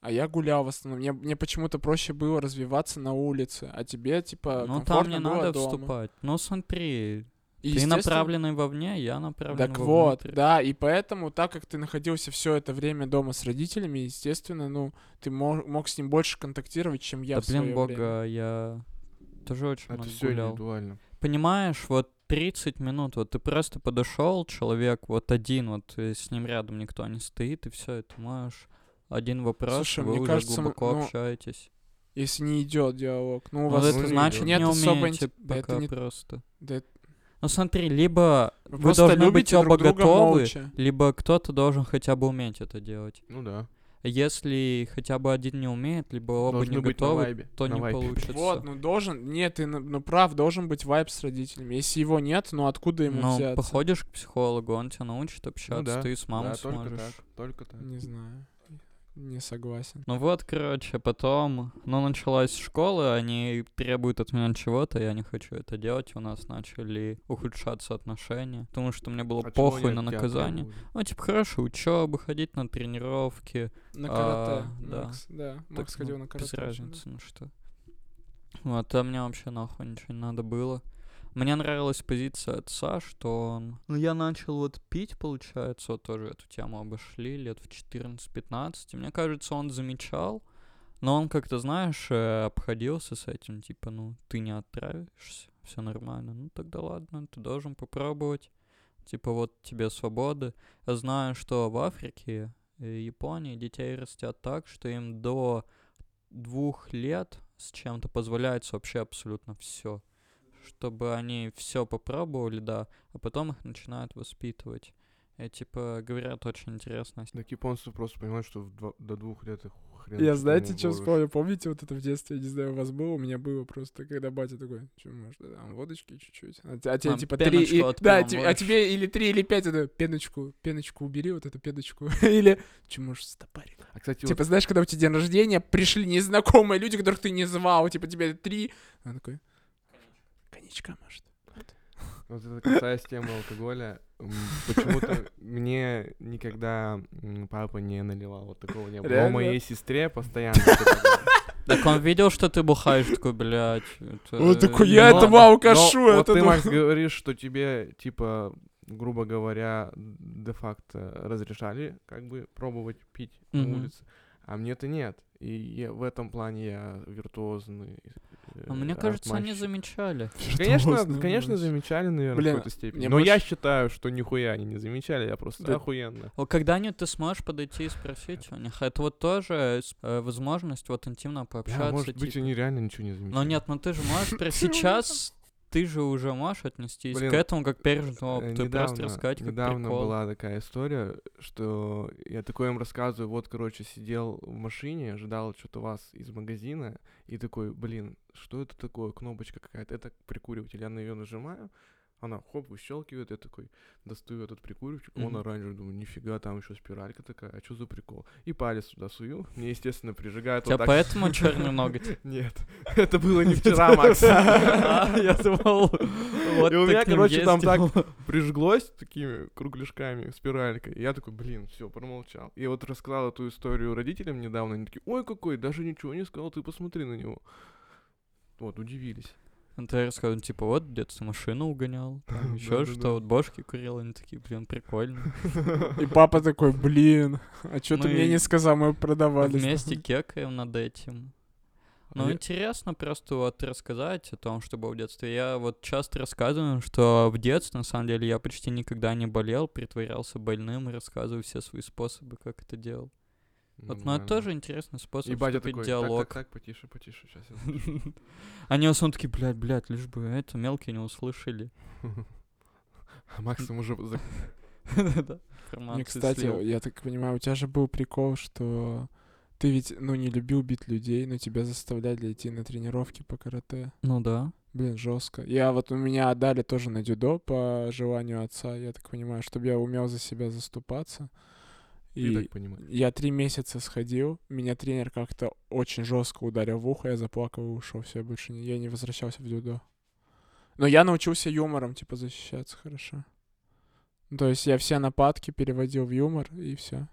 Speaker 1: А я гулял в основном. Мне, мне почему-то проще было развиваться на улице, а тебе типа
Speaker 2: ну там
Speaker 1: комфортно
Speaker 2: не
Speaker 1: было
Speaker 2: надо
Speaker 1: дома.
Speaker 2: вступать. Ну смотри,
Speaker 1: И,
Speaker 2: ты
Speaker 1: естественно,
Speaker 2: направленный вовне, я направленный
Speaker 1: Так вот,
Speaker 2: вовнутрь.
Speaker 1: да, и поэтому, так как ты находился все это время дома с родителями, естественно, ну, ты мо- мог с ним больше контактировать, чем я
Speaker 2: Да
Speaker 1: в
Speaker 2: блин
Speaker 1: своё время.
Speaker 2: бога, я тоже очень
Speaker 3: Это
Speaker 2: много
Speaker 3: все
Speaker 2: гулял.
Speaker 3: индивидуально.
Speaker 2: Понимаешь, вот 30 минут, вот ты просто подошел, человек вот один, вот э, с ним рядом никто не стоит, и все, это можешь один вопрос,
Speaker 1: Слушай,
Speaker 2: вы
Speaker 1: мне
Speaker 2: уже
Speaker 1: кажется, м-
Speaker 2: глубоко
Speaker 1: ну,
Speaker 2: общаетесь.
Speaker 1: Если не идет диалог. Ну, у
Speaker 2: Ну,
Speaker 1: вас
Speaker 2: это
Speaker 3: ну, не
Speaker 2: значит,
Speaker 3: идёт.
Speaker 1: нет
Speaker 2: не
Speaker 1: особо
Speaker 2: умеете
Speaker 1: инте- да это
Speaker 2: пока
Speaker 1: не-
Speaker 2: просто.
Speaker 1: да это-
Speaker 2: Ну смотри, либо
Speaker 1: Вы
Speaker 2: вы,
Speaker 1: просто
Speaker 2: должны быть
Speaker 1: любите друг
Speaker 2: оба
Speaker 1: друга
Speaker 2: готовы,
Speaker 1: молча.
Speaker 2: либо кто-то должен хотя бы уметь это делать.
Speaker 3: Ну да.
Speaker 2: Если хотя бы один не умеет, либо оба
Speaker 3: Должны
Speaker 2: не
Speaker 3: быть на
Speaker 2: готовы,
Speaker 3: вайбе.
Speaker 2: то
Speaker 3: на
Speaker 2: не
Speaker 3: вайбе.
Speaker 2: получится.
Speaker 1: Вот, ну должен, нет, ты на- ну прав, должен быть вайб с родителями. Если его нет, ну откуда ему
Speaker 2: Ну,
Speaker 1: взяться? Ну
Speaker 2: походишь к психологу, он тебя научит общаться,
Speaker 3: да,
Speaker 2: ты с мамой
Speaker 3: Да, только
Speaker 2: сможешь.
Speaker 3: так, только так. А
Speaker 1: Не знаю, не согласен.
Speaker 2: Ну вот, короче, потом, ну, началась школа, они требуют от меня чего-то, я не хочу это делать, у нас начали ухудшаться отношения, потому что мне было
Speaker 3: А чего
Speaker 2: похуй
Speaker 3: они
Speaker 2: на
Speaker 3: от тебя
Speaker 2: наказание.
Speaker 3: требуют?
Speaker 2: Ну, типа, хорошо, учеба, ходить на тренировки,
Speaker 1: На
Speaker 2: А,
Speaker 1: карате.
Speaker 2: да.
Speaker 1: Макс, да. Макс
Speaker 2: ну,
Speaker 1: ходил на карате.
Speaker 2: без
Speaker 1: очень, да.
Speaker 2: разницы, ну что. Вот, а мне вообще нахуй ничего не надо было. Мне нравилась позиция отца, что он... Ну, я начал вот пить, получается, вот тоже эту тему обошли лет в 14-15. И Мне кажется, он замечал, но он как-то, знаешь, э, обходился с этим, типа, ну, ты не отравишься, все нормально. Ну, тогда ладно, ты должен попробовать. Типа, вот тебе свобода. Я знаю, что в Африке и Японии детей растят так, что им до двух лет с чем-то позволяется вообще абсолютно все. Чтобы они все попробовали, да, а потом их начинают воспитывать. И, типа, говорят, очень интересно.
Speaker 3: Так японцы просто понимают, что в два- до двух лет их хрен.
Speaker 1: Я
Speaker 3: что
Speaker 1: знаете,
Speaker 3: не
Speaker 1: что
Speaker 3: вложишь.
Speaker 1: вспомнил? Помните, вот это в детстве, я не знаю, у вас было, у меня было просто, когда батя такой, что, может, да, там водочки чуть-чуть. А, те- а тебе
Speaker 2: Там
Speaker 1: типа три, и-
Speaker 2: пеночку от
Speaker 1: да,
Speaker 2: пива
Speaker 1: те- а
Speaker 2: можешь.
Speaker 1: тебе или три, или пять, это пеночку, пеночку убери, вот эту пеночку, или, что, может, стопарик.
Speaker 3: А, кстати, вот
Speaker 1: Типа, знаешь, когда у тебя день рождения, пришли незнакомые люди, которых ты не звал, типа, тебе три, а он такой, коньячка, может.
Speaker 3: Вот это касаясь темы алкоголя, м, почему-то мне никогда м, папа не наливал, вот такого не было. Но
Speaker 1: Реально?
Speaker 3: моей сестре постоянно. типа, это было.
Speaker 2: Так он видел, что ты бухаешь, такой, блядь. это
Speaker 1: Он такой,
Speaker 2: не
Speaker 1: я
Speaker 2: надо».
Speaker 1: этого алкашу,
Speaker 3: Но вот
Speaker 1: это
Speaker 3: ты,
Speaker 1: ну».
Speaker 3: Макс, говоришь, что тебе, типа, грубо говоря, де-факто разрешали как бы пробовать пить
Speaker 2: Мгм.
Speaker 3: на улице, а мне-то нет. И я- в этом плане я виртуозный. э,
Speaker 2: А мне кажется, они
Speaker 3: отманщик.
Speaker 2: замечали.
Speaker 1: Виртуозный
Speaker 3: Конечно, ну, конечно,
Speaker 1: мальчик.
Speaker 3: замечали, наверное,
Speaker 1: Блин,
Speaker 3: в какой-то степени.
Speaker 1: мне
Speaker 3: Но я
Speaker 1: больше-
Speaker 3: считаю, что нихуя они не замечали, я просто
Speaker 1: Да.
Speaker 3: охуенно.
Speaker 2: Вот Когда-нибудь ты сможешь подойти и спросить у них. Это вот тоже э, возможность вот интимно
Speaker 3: Да,
Speaker 2: пообщаться.
Speaker 3: А может быть,
Speaker 2: типа.
Speaker 3: они реально ничего не замечали.
Speaker 2: Но нет, ну ты же можешь про сейчас ты же уже можешь отнестись
Speaker 3: Блин,
Speaker 2: к этому как пережитому
Speaker 3: Э,
Speaker 2: опыту и просто рассказать как
Speaker 3: недавно
Speaker 2: прикол.
Speaker 3: была такая история, что я такое им рассказываю, вот, короче, сидел в машине, ждал что-то вас из магазина, и такой, блин, что это такое, кнопочка какая-то, это прикуриватель, я на ее нажимаю, она хоп, выщелкивает, я такой достаю этот прикуриватель, он
Speaker 2: Мгм.
Speaker 3: оранжевый, думаю, нифига, там еще спиралька такая, а что за прикол? И палец туда сую, мне, естественно,
Speaker 2: У
Speaker 3: прижигает
Speaker 2: тебя
Speaker 3: вот так.
Speaker 2: поэтому черный ноготь.
Speaker 3: Нет, это было не вчера, Макс.
Speaker 2: А, Я думал, вот
Speaker 3: И у
Speaker 2: ты
Speaker 3: меня,
Speaker 2: к ним
Speaker 3: короче, там так
Speaker 2: ездил.
Speaker 3: прижглось такими кругляшками, спиралькой. И я такой, блин, все, промолчал. И вот рассказал эту историю родителям недавно. Они такие, ой, какой, даже ничего не сказал, ты посмотри на него. Вот, удивились.
Speaker 2: Ну, Ты рассказывал, типа, вот в детстве машину угонял, там еще
Speaker 3: Да-да-да.
Speaker 2: что, вот бошки курил, они такие, блин, прикольно.
Speaker 1: И папа такой, блин, а что ты
Speaker 2: Мы
Speaker 1: мне не сказал, мы продавали.
Speaker 2: Вместе кекаем над этим. Ну,
Speaker 3: А Я-
Speaker 2: интересно просто вот рассказать о том, что было в детстве. Я вот часто рассказываю, что в детстве, на самом деле, я почти никогда не болел, притворялся больным и рассказываю все свои способы, как это делал. Вот, ну, это
Speaker 3: Нормально.
Speaker 2: тоже интересный способ
Speaker 3: И батя
Speaker 2: вступить
Speaker 3: такой,
Speaker 2: в
Speaker 3: так,
Speaker 2: диалог.
Speaker 3: так, так, потише, потише, сейчас.
Speaker 2: Они в основном такие, блядь, блядь, лишь бы это мелкие не услышали.
Speaker 3: А Макс там уже за-
Speaker 2: Да-да.
Speaker 1: Мне,
Speaker 2: Информацию
Speaker 1: кстати,
Speaker 2: слил.
Speaker 1: я так понимаю, у тебя же был прикол, что ты ведь, ну, не любил бить людей, но тебя заставляли идти на тренировки по карате.
Speaker 2: Ну да.
Speaker 1: Блин, жестко. Я вот у меня отдали тоже на дюдо по желанию отца, я так понимаю, чтобы я умел за себя заступаться.
Speaker 3: ты
Speaker 1: И
Speaker 3: так понимаешь.
Speaker 1: я три месяца сходил, меня тренер как-то очень жестко ударил в ухо, я заплакал и ушел. Все, я больше не, я не возвращался в дюдо. Но я научился юмором, типа, защищаться хорошо. Ну, То есть я все нападки переводил в юмор, и все.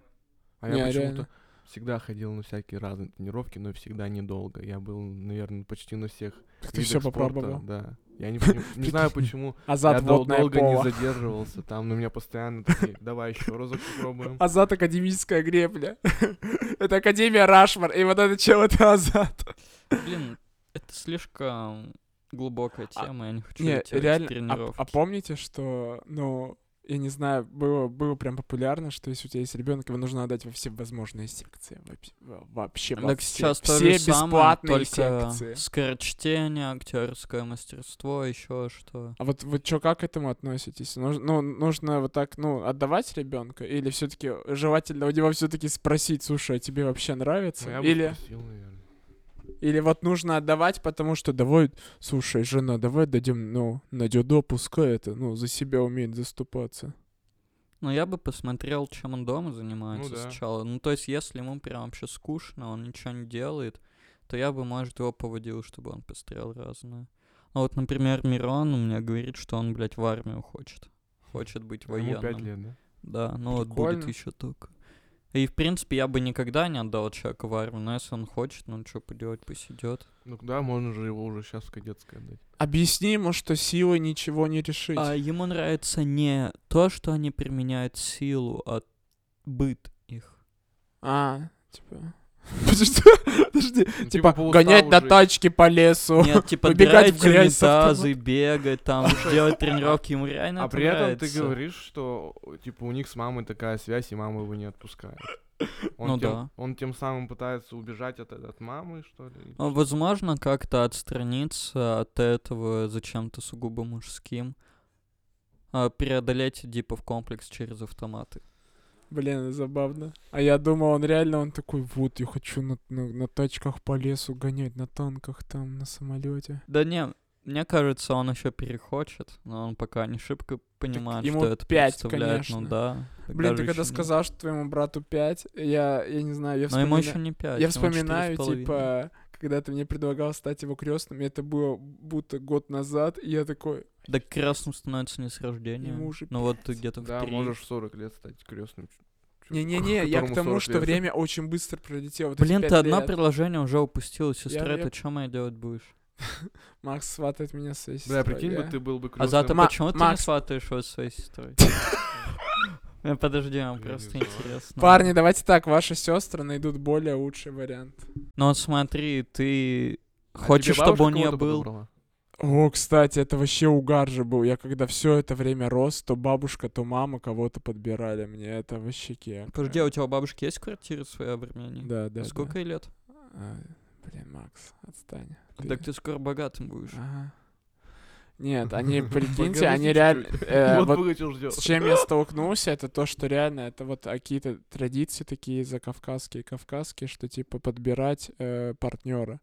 Speaker 3: А я почему-то всегда ходил на всякие разные тренировки, но всегда недолго. Я был, наверное, почти на всех
Speaker 1: Ты
Speaker 3: видах
Speaker 1: все
Speaker 3: спорта,
Speaker 1: попробовал. А
Speaker 3: Да. Я не, пони- не знаю,
Speaker 1: Прикинь.
Speaker 3: почему
Speaker 1: Азат
Speaker 3: я дол-
Speaker 1: водное
Speaker 3: долго не
Speaker 1: поло.
Speaker 3: задерживался там, но меня постоянно такие, давай еще разок попробуем.
Speaker 1: Азат А академическая гребля. это Академия Рашмар, и вот это чел, это Азат.
Speaker 2: Блин, это слишком глубокая
Speaker 1: А,
Speaker 2: тема, я не хочу
Speaker 1: Не,
Speaker 2: идти в эти
Speaker 1: реально, а- а,
Speaker 2: тренировки.
Speaker 1: помните, что, ну, я не знаю, было, было прям популярно, что если у тебя есть ребенок, его нужно отдать во все возможные секции. Вообще, во- вообще во
Speaker 2: Так
Speaker 1: все.
Speaker 2: сейчас то
Speaker 1: все
Speaker 2: же самое,
Speaker 1: бесплатные
Speaker 2: только
Speaker 1: секции.
Speaker 2: скорочтение, актерское мастерство, еще что.
Speaker 1: А вот вы чё, как к этому относитесь? Нуж- ну, нужно вот так, ну, отдавать ребенка? Или все таки желательно у него все таки спросить, слушай, а тебе вообще нравится?
Speaker 3: Ну, я бы
Speaker 1: Или...
Speaker 3: спросил, наверное.
Speaker 1: Или вот нужно отдавать, потому что давай, слушай, жена, давай дадим, ну, на дюдо, пускай это, ну, за себя умеет заступаться.
Speaker 2: Но Ну, я бы посмотрел, чем он дома занимается
Speaker 3: да.
Speaker 2: сначала. Ну, то есть, если ему прям вообще скучно, он ничего не делает, то я бы, может, его поводил, чтобы он пострел разное. Ну, вот, например, Мирон у меня говорит, что он, блядь, в армию хочет. Хочет быть
Speaker 3: А Ему пять
Speaker 2: военным.
Speaker 3: лет, да?
Speaker 2: Да, ну вот будет
Speaker 1: Прикольно.
Speaker 2: еще только. И в принципе я бы никогда не отдал человека в армию, но если он хочет, ну что поделать, пусть идет.
Speaker 3: Ну да, можно же его уже сейчас в кадетское отдать.
Speaker 1: Объясни ему, что силой ничего не решить.
Speaker 2: А ему нравится не то, что они применяют силу, а быт их.
Speaker 1: А, типа... Подожди, подожди,
Speaker 3: Ну,
Speaker 1: типа,
Speaker 3: по уставу
Speaker 1: гонять на
Speaker 3: же.
Speaker 1: тачке по лесу.
Speaker 2: Нет, типа
Speaker 1: Побегать в
Speaker 2: драть
Speaker 1: грязь с
Speaker 2: унитазы, бегать там, делать тренировки, ему реально
Speaker 3: А
Speaker 2: это
Speaker 3: при этом ты
Speaker 2: нравится.
Speaker 3: говоришь, что типа у них с мамой такая связь, и мама его не отпускает. Он
Speaker 2: Ну
Speaker 3: тем,
Speaker 2: да.
Speaker 3: Он тем самым пытается убежать от, от мамы, что ли? или
Speaker 2: А,
Speaker 3: что?
Speaker 2: Возможно, как-то отстраниться от этого зачем-то сугубо мужским. а, преодолеть дипов комплекс через автоматы.
Speaker 1: Блин, забавно. А я думал, он реально, он такой, вот, я хочу на, на, на тачках по лесу гонять, на танках там, на самолете.
Speaker 2: Да не, мне кажется, он еще перехочет, но он пока не шибко понимает,
Speaker 1: ему
Speaker 2: что это
Speaker 1: пять,
Speaker 2: представляет. Ну
Speaker 1: конечно.
Speaker 2: да. тогда
Speaker 1: Блин,
Speaker 2: же
Speaker 1: ты когда
Speaker 2: ещё не-
Speaker 1: сказал, что твоему брату 5, я, я не знаю, я
Speaker 2: Но
Speaker 1: вспоминаю...
Speaker 2: ему еще не пять.
Speaker 1: Я
Speaker 2: ему четыре с
Speaker 1: вспоминаю,
Speaker 2: половиной.
Speaker 1: типа, когда ты мне предлагал стать его крестным, это было будто год назад, и я такой,
Speaker 2: Да красным становится не с рождения.
Speaker 1: Ему уже
Speaker 2: Ну вот ты где-то в
Speaker 3: Да,
Speaker 2: три.
Speaker 3: можешь в 40 лет стать крестным.
Speaker 1: не-не-не, я к тому, что время очень быстро пролетело. вот эти
Speaker 2: Блин,
Speaker 1: пять
Speaker 2: ты одно
Speaker 1: лет.
Speaker 2: предложение уже упустил, сестра,
Speaker 1: я-
Speaker 2: ты что моя делать будешь?
Speaker 1: Макс сватает меня с сессии.
Speaker 3: Да, прикинь бы, ты был бы крестным.
Speaker 2: А зато
Speaker 1: Ма-
Speaker 2: почему ты не
Speaker 1: Макс.
Speaker 2: сватаешь его своей сестрой? Э, Подожди, нам
Speaker 3: Я не
Speaker 2: просто
Speaker 3: знаю.
Speaker 2: интересно.
Speaker 1: Парни, давайте так, ваши сестры найдут более лучший вариант.
Speaker 2: Ну вот смотри, ты
Speaker 3: А тебе
Speaker 2: хочешь, чтобы
Speaker 3: бабушка
Speaker 2: у нее
Speaker 3: кого-то
Speaker 2: был...
Speaker 3: подобрала?
Speaker 1: О, кстати, это вообще угар же был. Я когда все это время рос, то бабушка, то мама кого-то подбирали мне. Это вообще кек.
Speaker 2: Подожди, а у тебя у бабушки есть квартира своя в Армении?
Speaker 1: Да, да. да.
Speaker 2: А Сколько ей лет?
Speaker 1: А, блин, Макс, отстань.
Speaker 3: А
Speaker 1: Ты-
Speaker 2: Так ты скоро богатым будешь.
Speaker 1: Ага. Нет, они, прикиньте,
Speaker 3: Погоди
Speaker 1: они
Speaker 3: чуть-чуть.
Speaker 1: реально... э,
Speaker 3: Вот
Speaker 1: вот
Speaker 3: вылетел, ждет.
Speaker 1: С чем я столкнулся, это то, что реально, это вот какие-то традиции такие закавказские, кавказские, что типа подбирать партнера.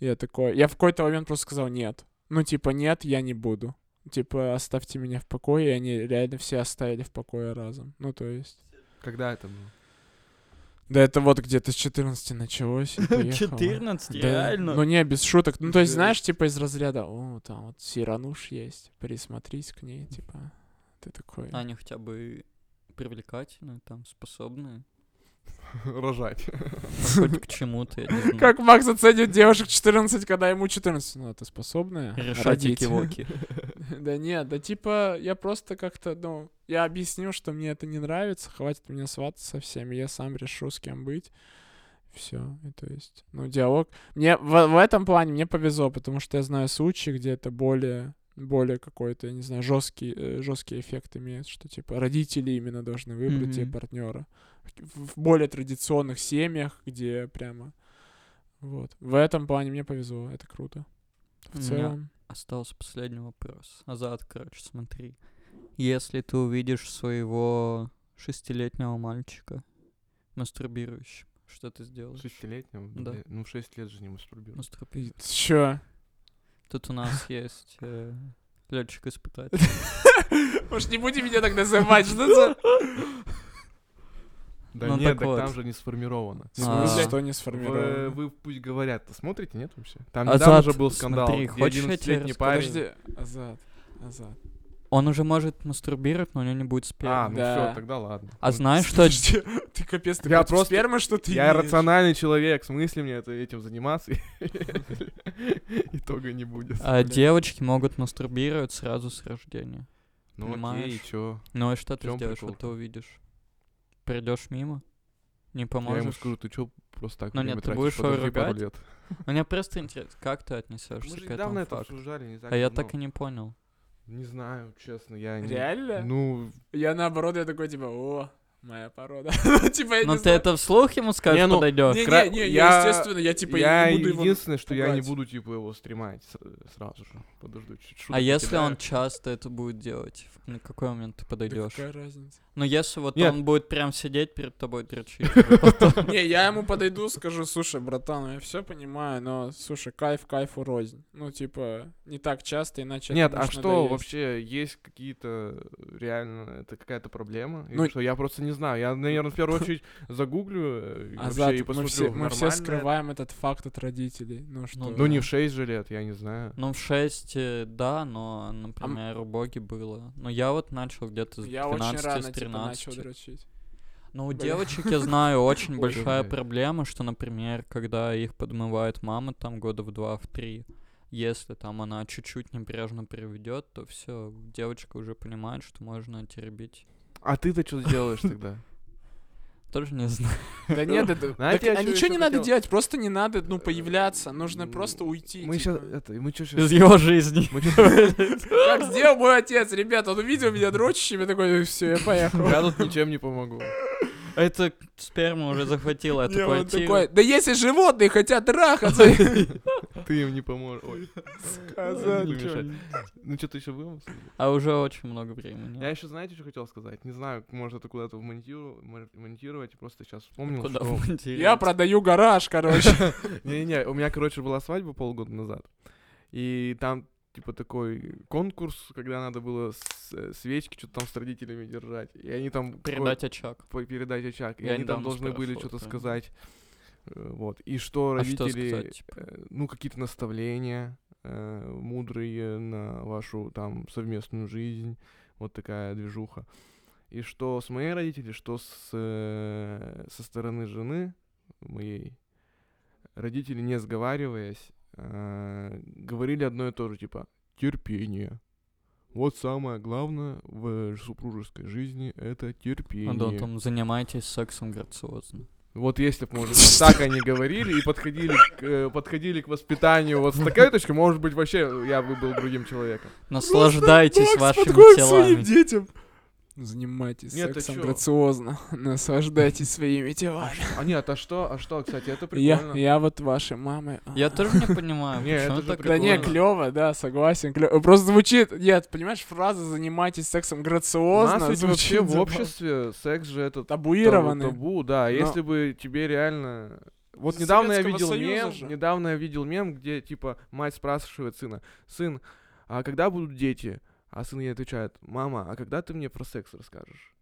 Speaker 1: Я такой, я в какой-то момент просто сказал нет. Ну типа нет, я не буду. Типа оставьте меня в покое, и они реально все оставили в покое разом. Ну то есть.
Speaker 3: Когда это было?
Speaker 1: Да это вот где-то с 14 началось. и поехало.
Speaker 2: 14,
Speaker 1: Да, Ну
Speaker 2: реально?
Speaker 1: не, без шуток. Ну то есть,
Speaker 3: Да.
Speaker 1: знаешь, типа из разряда, о, там вот Сирануш есть, присмотрись к ней, типа. Ты такой.
Speaker 2: Они хотя бы привлекательные, там, способные.
Speaker 3: ну, Рожать.
Speaker 2: Хоть к чему-то, я не знаю.
Speaker 1: Как Макс оценит девушек 14, когда ему 14? Ну, это способная
Speaker 2: Решать
Speaker 1: родить.
Speaker 2: эти
Speaker 1: Да нет, да типа я просто как-то, ну, я объяснил, что мне это не нравится, хватит меня свататься со всеми, я сам решу, с кем быть. Все, и то есть, ну, диалог. Мне в, в этом плане мне повезло, потому что я знаю случаи, где это более более какой-то, я не знаю, жесткий, э, жесткий эффект имеет, что типа родители именно должны выбрать тебе
Speaker 2: Мгм.
Speaker 1: партнера. В, в более традиционных семьях, где прямо вот. В этом плане мне повезло, это круто. В
Speaker 2: У меня
Speaker 1: целом.
Speaker 2: Остался последний вопрос. Азат, короче, смотри. Если ты увидишь своего шестилетнего мальчика мастурбирующим, что ты сделаешь?
Speaker 3: Шестилетним?
Speaker 2: Да. Ну,
Speaker 3: бля, Ну, в шесть лет же не мастурбируешь.
Speaker 2: Мастурбируешь.
Speaker 1: Чё?
Speaker 2: Тут у нас есть э, летчик-испытатель.
Speaker 1: Может, не будем меня так называть? Что за...
Speaker 3: Да
Speaker 2: Ну,
Speaker 3: нет,
Speaker 2: так
Speaker 3: так
Speaker 2: вот.
Speaker 3: там же не сформировано.
Speaker 1: В смысле,
Speaker 2: А.
Speaker 1: что не
Speaker 3: Вы,
Speaker 1: сформировано?
Speaker 3: вы пусть говорят, то смотрите, нет вообще? Там
Speaker 2: Азат,
Speaker 3: недавно же был скандал,
Speaker 2: А смотри,
Speaker 3: где
Speaker 2: хочешь, я тебе
Speaker 3: 11-летний
Speaker 2: расскажу?
Speaker 3: парень...
Speaker 1: Подожди, Азат, Азат.
Speaker 2: Он уже может мастурбировать, но у него не будет
Speaker 3: А, ну
Speaker 2: спермы.
Speaker 1: Да.
Speaker 3: все, тогда ладно.
Speaker 2: А
Speaker 3: Ну,
Speaker 2: знаешь, что...
Speaker 1: Подожди, ты капец, ты
Speaker 3: Я
Speaker 1: против
Speaker 3: просто-
Speaker 1: спермы, что ты
Speaker 3: Я
Speaker 1: имеешь?
Speaker 3: рациональный человек, в смысле мне это, этим заниматься? Итога не будет.
Speaker 2: а,
Speaker 1: блядь.
Speaker 2: Девочки могут мастурбировать сразу с рождения.
Speaker 3: Ну окей, и
Speaker 2: понимаешь?
Speaker 3: чё?
Speaker 2: Ну и что
Speaker 3: В
Speaker 2: ты
Speaker 3: чём
Speaker 2: сделаешь, вот ты
Speaker 3: прикол-то?
Speaker 2: увидишь? Придешь мимо? Не
Speaker 3: Я ему
Speaker 2: поможешь?
Speaker 3: скажу, ты чё просто так
Speaker 2: Ну
Speaker 3: время
Speaker 2: нет, ты
Speaker 3: тратишь?
Speaker 2: будешь его
Speaker 3: Подожди пару
Speaker 2: ругать?
Speaker 3: лет.
Speaker 2: Мне просто интересно, как ты отнесешься к этому факту?
Speaker 3: обсуждали, не так
Speaker 2: а я
Speaker 3: давно.
Speaker 2: так и не понял.
Speaker 3: Не знаю, честно, я не...
Speaker 1: Реально?
Speaker 3: Ну,
Speaker 1: Я наоборот, я такой, типа, о, моя порода. Ну, Типа, я
Speaker 2: Но
Speaker 1: не
Speaker 2: ты
Speaker 1: знаю.
Speaker 2: это вслух ему скажешь,
Speaker 3: Не, ну,
Speaker 2: подойдешь.
Speaker 3: кра-
Speaker 1: Не-не-не, я,
Speaker 3: я-
Speaker 1: естественно, я типа
Speaker 3: я
Speaker 1: не буду его...
Speaker 3: единственное, что я не
Speaker 1: пугать.
Speaker 3: буду, типа, его стримать с- сразу же. Подожду чуть-чуть.
Speaker 2: А
Speaker 3: шутки
Speaker 2: если
Speaker 3: покидаю.
Speaker 2: он часто это будет делать, в- на какой момент ты
Speaker 1: Да
Speaker 2: подойдешь?
Speaker 1: какая разница?
Speaker 2: Ну если вот
Speaker 3: Нет.
Speaker 2: он будет прям сидеть перед тобой типа, дрочить.
Speaker 1: Не, я ему подойду, скажу, слушай, братан, я все понимаю, но, слушай, кайф кайфу рознь. Ну, типа, не так часто, иначе это
Speaker 3: Нет, а
Speaker 1: может
Speaker 3: что
Speaker 1: надоесть.
Speaker 3: вообще есть какие-то реально это какая-то проблема? Или
Speaker 1: Ну,
Speaker 3: что я просто не знаю. Я, наверное, в первую очередь загуглю э,
Speaker 1: А
Speaker 3: вообще
Speaker 1: зад-
Speaker 3: и
Speaker 1: мы
Speaker 3: посмотрю.
Speaker 1: все, мы все
Speaker 3: нормально
Speaker 1: скрываем этот факт от родителей. Ну что?
Speaker 3: это? Ну не в 6 же лет, я не знаю.
Speaker 2: Ну в 6, да, но, например, у Боги было. Но я вот начал где-то с
Speaker 1: Я очень
Speaker 2: 12, с
Speaker 1: рано типа, начал
Speaker 2: 13.
Speaker 1: дрочить.
Speaker 2: Но Ну, у
Speaker 1: Бля.
Speaker 2: девочек, я знаю, очень
Speaker 3: Ой,
Speaker 2: большая
Speaker 3: блядь.
Speaker 2: проблема, что, например, когда их подмывает мама там года в два, в три, если там она чуть-чуть небрежно приведет, то все, девочка уже понимает, что можно теребить.
Speaker 3: А ты-то что делаешь тогда?
Speaker 2: Тоже не знаю.
Speaker 1: Да нет, это... так,
Speaker 3: Знаете, я
Speaker 1: а
Speaker 3: чё
Speaker 1: ничего
Speaker 3: ещё
Speaker 1: не надо
Speaker 3: хотел? Э,
Speaker 1: делать, просто не надо, ну, появляться. Нужно
Speaker 3: М,
Speaker 1: просто уйти.
Speaker 3: Мы
Speaker 1: типа.
Speaker 3: сейчас это, мы что
Speaker 2: Из
Speaker 3: сейчас?
Speaker 2: его жизни.
Speaker 1: Как сделал мой отец, ребят, он увидел меня дрочащим и такой, все, я «Э, поехал.
Speaker 3: Я тут ничем не помогу.
Speaker 2: Это сперма уже захватила эту
Speaker 1: Я вот такой,
Speaker 2: квартиру.
Speaker 1: да если животные хотят трахаться,
Speaker 3: Ты им не поможешь. Ой,
Speaker 1: сказать
Speaker 3: Блин,
Speaker 1: чё.
Speaker 3: Мишань, ну что-то еще вымыслил.
Speaker 2: А уже очень много
Speaker 3: Я
Speaker 2: времени.
Speaker 3: еще, знаете, что хотел сказать? Не знаю, может это куда-то вмонтиру- мон- монтировать. Просто сейчас вспомнил,
Speaker 2: Куда
Speaker 3: что...
Speaker 2: вмонтировать?
Speaker 1: Я продаю гараж, короче.
Speaker 3: Не-не-не, у меня, короче, была свадьба полгода назад. И там, типа, такой конкурс, когда надо было с- э, свечки что-то там с родителями держать. И они там... какое-
Speaker 2: Передать очаг.
Speaker 3: по- Передать очаг. И
Speaker 2: Я
Speaker 3: они там
Speaker 2: недавно
Speaker 3: должны были
Speaker 2: спрашивал,
Speaker 3: что-то
Speaker 2: да.
Speaker 3: сказать. Э, Вот. И что
Speaker 2: А что
Speaker 3: родители...
Speaker 2: сказать? типа?
Speaker 3: э, Ну, какие-то наставления э, мудрые на вашу там совместную жизнь. Вот такая движуха. И что с моей родителей, что с, э, со стороны жены моей, родители, не сговариваясь, э, говорили одно и то же, типа, терпение. Вот самое главное в супружеской жизни — это терпение.
Speaker 1: э,
Speaker 2: Ну да, там занимайтесь сексом грациозно.
Speaker 3: Вот если бы, может быть, так они говорили и подходили к, э, подходили к воспитанию вот с такой точки, может быть, вообще я бы был другим человеком.
Speaker 2: Наслаждайтесь
Speaker 1: Макс
Speaker 2: вашими
Speaker 1: подходит к своим
Speaker 2: телами.
Speaker 1: детям. Занимайтесь
Speaker 3: Нет, а
Speaker 1: сексом
Speaker 3: чё?
Speaker 1: грациозно, наслаждайтесь своими телами.
Speaker 3: А нет, а что, а что, кстати, это
Speaker 1: Я,
Speaker 3: прикольно.
Speaker 1: я вот вашей мамы.
Speaker 2: Я тоже не понимаю,
Speaker 3: Не,
Speaker 2: почему
Speaker 3: это же
Speaker 2: так
Speaker 1: Да не,
Speaker 3: прикольно.
Speaker 1: клево, да, согласен. клёво. Просто звучит, нет, понимаешь, фраза «занимайтесь сексом
Speaker 3: У
Speaker 1: грациозно»
Speaker 3: нас ведь
Speaker 1: звучит
Speaker 3: вообще в
Speaker 1: забавно.
Speaker 3: обществе секс же это табу,
Speaker 1: табуированный.
Speaker 3: табу, да, если бы тебе реально... Вот недавно я
Speaker 1: Советского
Speaker 3: видел
Speaker 1: Союза
Speaker 3: мем,
Speaker 1: же.
Speaker 3: недавно я видел мем, где, типа, мать спрашивает сына, сын, а когда будут дети? А сын ей отвечает, мама, а когда ты мне про секс расскажешь?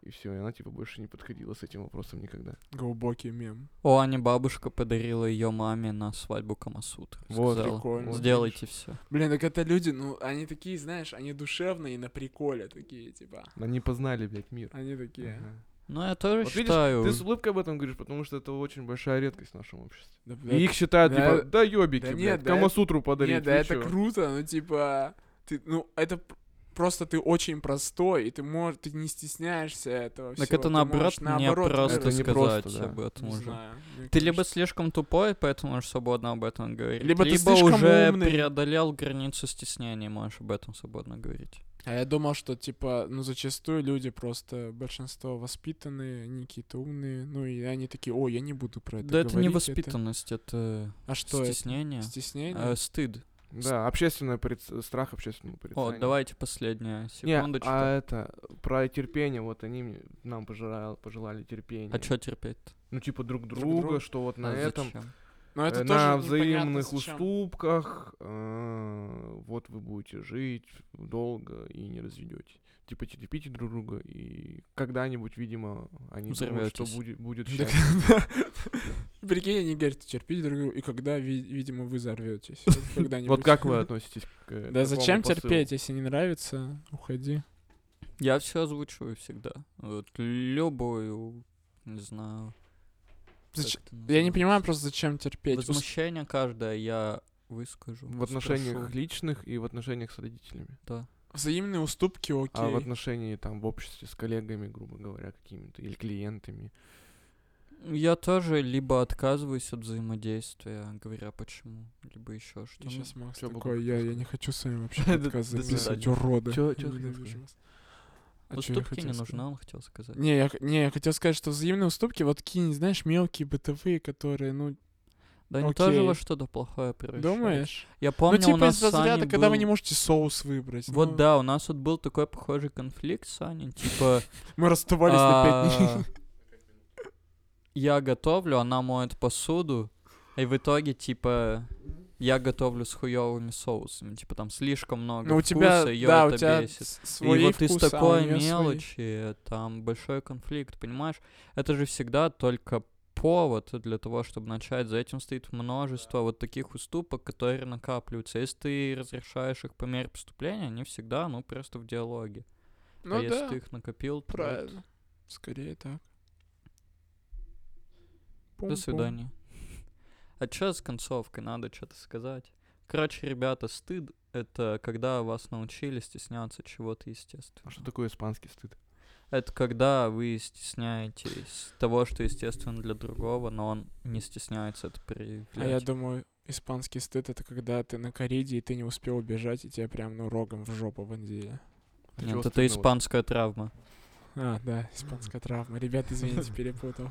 Speaker 3: И все, и она, типа, больше не подходила с этим вопросом никогда.
Speaker 1: Глубокий мем.
Speaker 2: О, Ане бабушка подарила ее маме на свадьбу Камасутры.
Speaker 3: Вот,
Speaker 2: Сказала,
Speaker 1: прикольно.
Speaker 2: сделайте все.
Speaker 1: Блин, так это люди, ну, они такие, знаешь, они душевные и на приколе такие, типа.
Speaker 3: Они познали, блядь, мир.
Speaker 1: Они такие.
Speaker 3: Ага.
Speaker 2: Ну, я тоже
Speaker 3: Вот видишь,
Speaker 2: считаю.
Speaker 3: Ты с улыбкой об этом говоришь, потому что это очень большая редкость в нашем обществе.
Speaker 1: Да,
Speaker 3: И
Speaker 1: да,
Speaker 3: их считают,
Speaker 1: да-
Speaker 3: типа, да ёбики,
Speaker 1: да нет,
Speaker 3: блядь,
Speaker 1: да
Speaker 3: Камасутру подарить.
Speaker 1: Нет, да
Speaker 3: вы
Speaker 1: это
Speaker 3: чё?
Speaker 1: круто, но типа ты, ну это п- просто ты очень простой и ты можешь, ты не стесняешься этого.
Speaker 2: Так
Speaker 1: всего,
Speaker 2: это
Speaker 1: ты
Speaker 2: наоборот,
Speaker 1: можешь
Speaker 2: не
Speaker 1: наоборот
Speaker 2: просто
Speaker 1: выразить.
Speaker 3: не
Speaker 2: сказать
Speaker 3: просто, да.
Speaker 2: об этом
Speaker 1: Не
Speaker 2: уже.
Speaker 1: знаю, мне
Speaker 2: Ты либо
Speaker 1: кажется.
Speaker 2: слишком тупой, поэтому можешь свободно об этом говорить.
Speaker 1: Либо ты слишком
Speaker 2: уже
Speaker 1: умный.
Speaker 2: преодолел границу стеснения, можешь об этом свободно говорить.
Speaker 1: А я думал, что типа, ну зачастую люди просто большинство воспитанные, они какие-то умные, ну и они такие, о, я не буду про это
Speaker 2: да это не
Speaker 1: говорить,
Speaker 2: воспитанность, это,
Speaker 1: А что это?
Speaker 2: стеснение,
Speaker 1: Стеснение?
Speaker 2: э, стыд.
Speaker 3: Да, общественное пред- страх общественного
Speaker 2: О,
Speaker 3: порицания.
Speaker 2: давайте последняя
Speaker 3: Не,
Speaker 2: секундочку.
Speaker 3: а это, про терпение, вот они мне- нам пожелал- пожелали терпения.
Speaker 2: а что терпеть-то?
Speaker 3: Ну, типа, друг друга,
Speaker 1: друга?
Speaker 3: что вот на
Speaker 2: А
Speaker 3: этом,
Speaker 2: зачем?
Speaker 1: Но Ну, это
Speaker 3: э,
Speaker 1: тоже
Speaker 3: на
Speaker 1: непонятно
Speaker 3: взаимных
Speaker 1: зачем.
Speaker 3: уступках, э, вот вы будете жить долго и не разведете. Типа, терпите друг друга, и когда-нибудь, видимо, они думают, что
Speaker 2: Взорветесь.
Speaker 3: будет, будет
Speaker 1: Да,
Speaker 3: счастье.
Speaker 1: Прикинь, они говорят, терпите друг друга, и когда, ви- видимо, вы взорветесь.
Speaker 3: Вот как вы относитесь к э,
Speaker 1: Да
Speaker 3: такому
Speaker 1: зачем
Speaker 3: посылу?
Speaker 1: терпеть, если не нравится, уходи.
Speaker 2: Я все озвучиваю всегда. Вот любую, не знаю. как
Speaker 1: Зач-
Speaker 2: это
Speaker 1: Я не
Speaker 2: называется.
Speaker 1: понимаю просто, зачем терпеть. Ус-
Speaker 2: Возмущение каждое я выскажу.
Speaker 3: В отношениях
Speaker 2: спрошу.
Speaker 3: личных и в отношениях с родителями.
Speaker 2: Да.
Speaker 1: Взаимные уступки, окей.
Speaker 3: А в отношении там в обществе с коллегами, грубо говоря, какими-то, или клиентами.
Speaker 2: Я тоже либо отказываюсь от взаимодействия, говоря почему, либо Ну, еще что-то.
Speaker 1: Сейчас Макс
Speaker 3: чё бы
Speaker 1: такой,
Speaker 3: вы
Speaker 1: я,
Speaker 3: хотели
Speaker 1: я не хочу с вами вообще
Speaker 3: Да,
Speaker 1: подкаст
Speaker 3: до
Speaker 1: записывать,
Speaker 2: свидания.
Speaker 1: уроды.
Speaker 3: Чё-
Speaker 1: Я
Speaker 3: чё ты хотел
Speaker 1: ненавижу
Speaker 3: сказать?
Speaker 1: вас. А чё я
Speaker 2: Ну, Уступки
Speaker 1: хотел
Speaker 2: не
Speaker 1: сказать?
Speaker 2: нужны, он хотел сказать.
Speaker 1: Не я, х- не, я хотел сказать, что взаимные уступки, вот какие, знаешь, мелкие бытовые, которые, ну,
Speaker 2: Да они тоже во
Speaker 1: окей.
Speaker 2: что-то плохое превращаются.
Speaker 1: думаешь?
Speaker 2: Я помню,
Speaker 1: ну,
Speaker 2: у
Speaker 1: типа
Speaker 2: нас
Speaker 1: из
Speaker 2: с Аней
Speaker 1: разряда, когда вы не
Speaker 2: был-
Speaker 1: можете соус выбрать.
Speaker 2: Вот
Speaker 1: ну,
Speaker 2: да, у нас вот был такой похожий конфликт с Аней, типа...
Speaker 1: Мы расставались на пять дней.
Speaker 2: а, Я готовлю, она моет посуду, и в итоге, типа, я готовлю с хуёвыми соусами. Типа, там слишком много
Speaker 1: Ну, у тебя,
Speaker 2: вкуса, её
Speaker 1: да,
Speaker 2: это
Speaker 1: у тебя
Speaker 2: бесит.
Speaker 1: с-
Speaker 2: И
Speaker 1: свои
Speaker 2: вот из
Speaker 1: вкусы, а у
Speaker 2: такой
Speaker 1: неё свои.
Speaker 2: мелочи там большой конфликт, понимаешь? Это же всегда только повод для того, чтобы начать. За этим стоит множество вот таких уступок, которые накапливаются. Если ты разрешаешь их по мере поступления, они всегда, ну, просто в диалоге.
Speaker 1: Ну
Speaker 2: а если
Speaker 1: да,
Speaker 2: ты их накопил, то вот
Speaker 1: правильно. Скорее так.
Speaker 2: до
Speaker 1: Пум-пум.
Speaker 2: свидания. А чё с концовкой? Надо что-то сказать. Короче, ребята, стыд — это когда вас научили стесняться чего-то естественного.
Speaker 3: А что такое испанский стыд?
Speaker 2: Это когда вы стесняетесь того, что естественно для другого, но он не стесняется это проявлять.
Speaker 1: А я думаю, испанский стыд это когда ты на кориде и ты не успел убежать, и тебя прям ну рогом в жопу вонзили.
Speaker 3: А
Speaker 2: Нет,
Speaker 3: чего
Speaker 2: это
Speaker 3: стыдного?
Speaker 2: испанская травма.
Speaker 1: А, да, испанская травма. Ребят, извините, перепутал.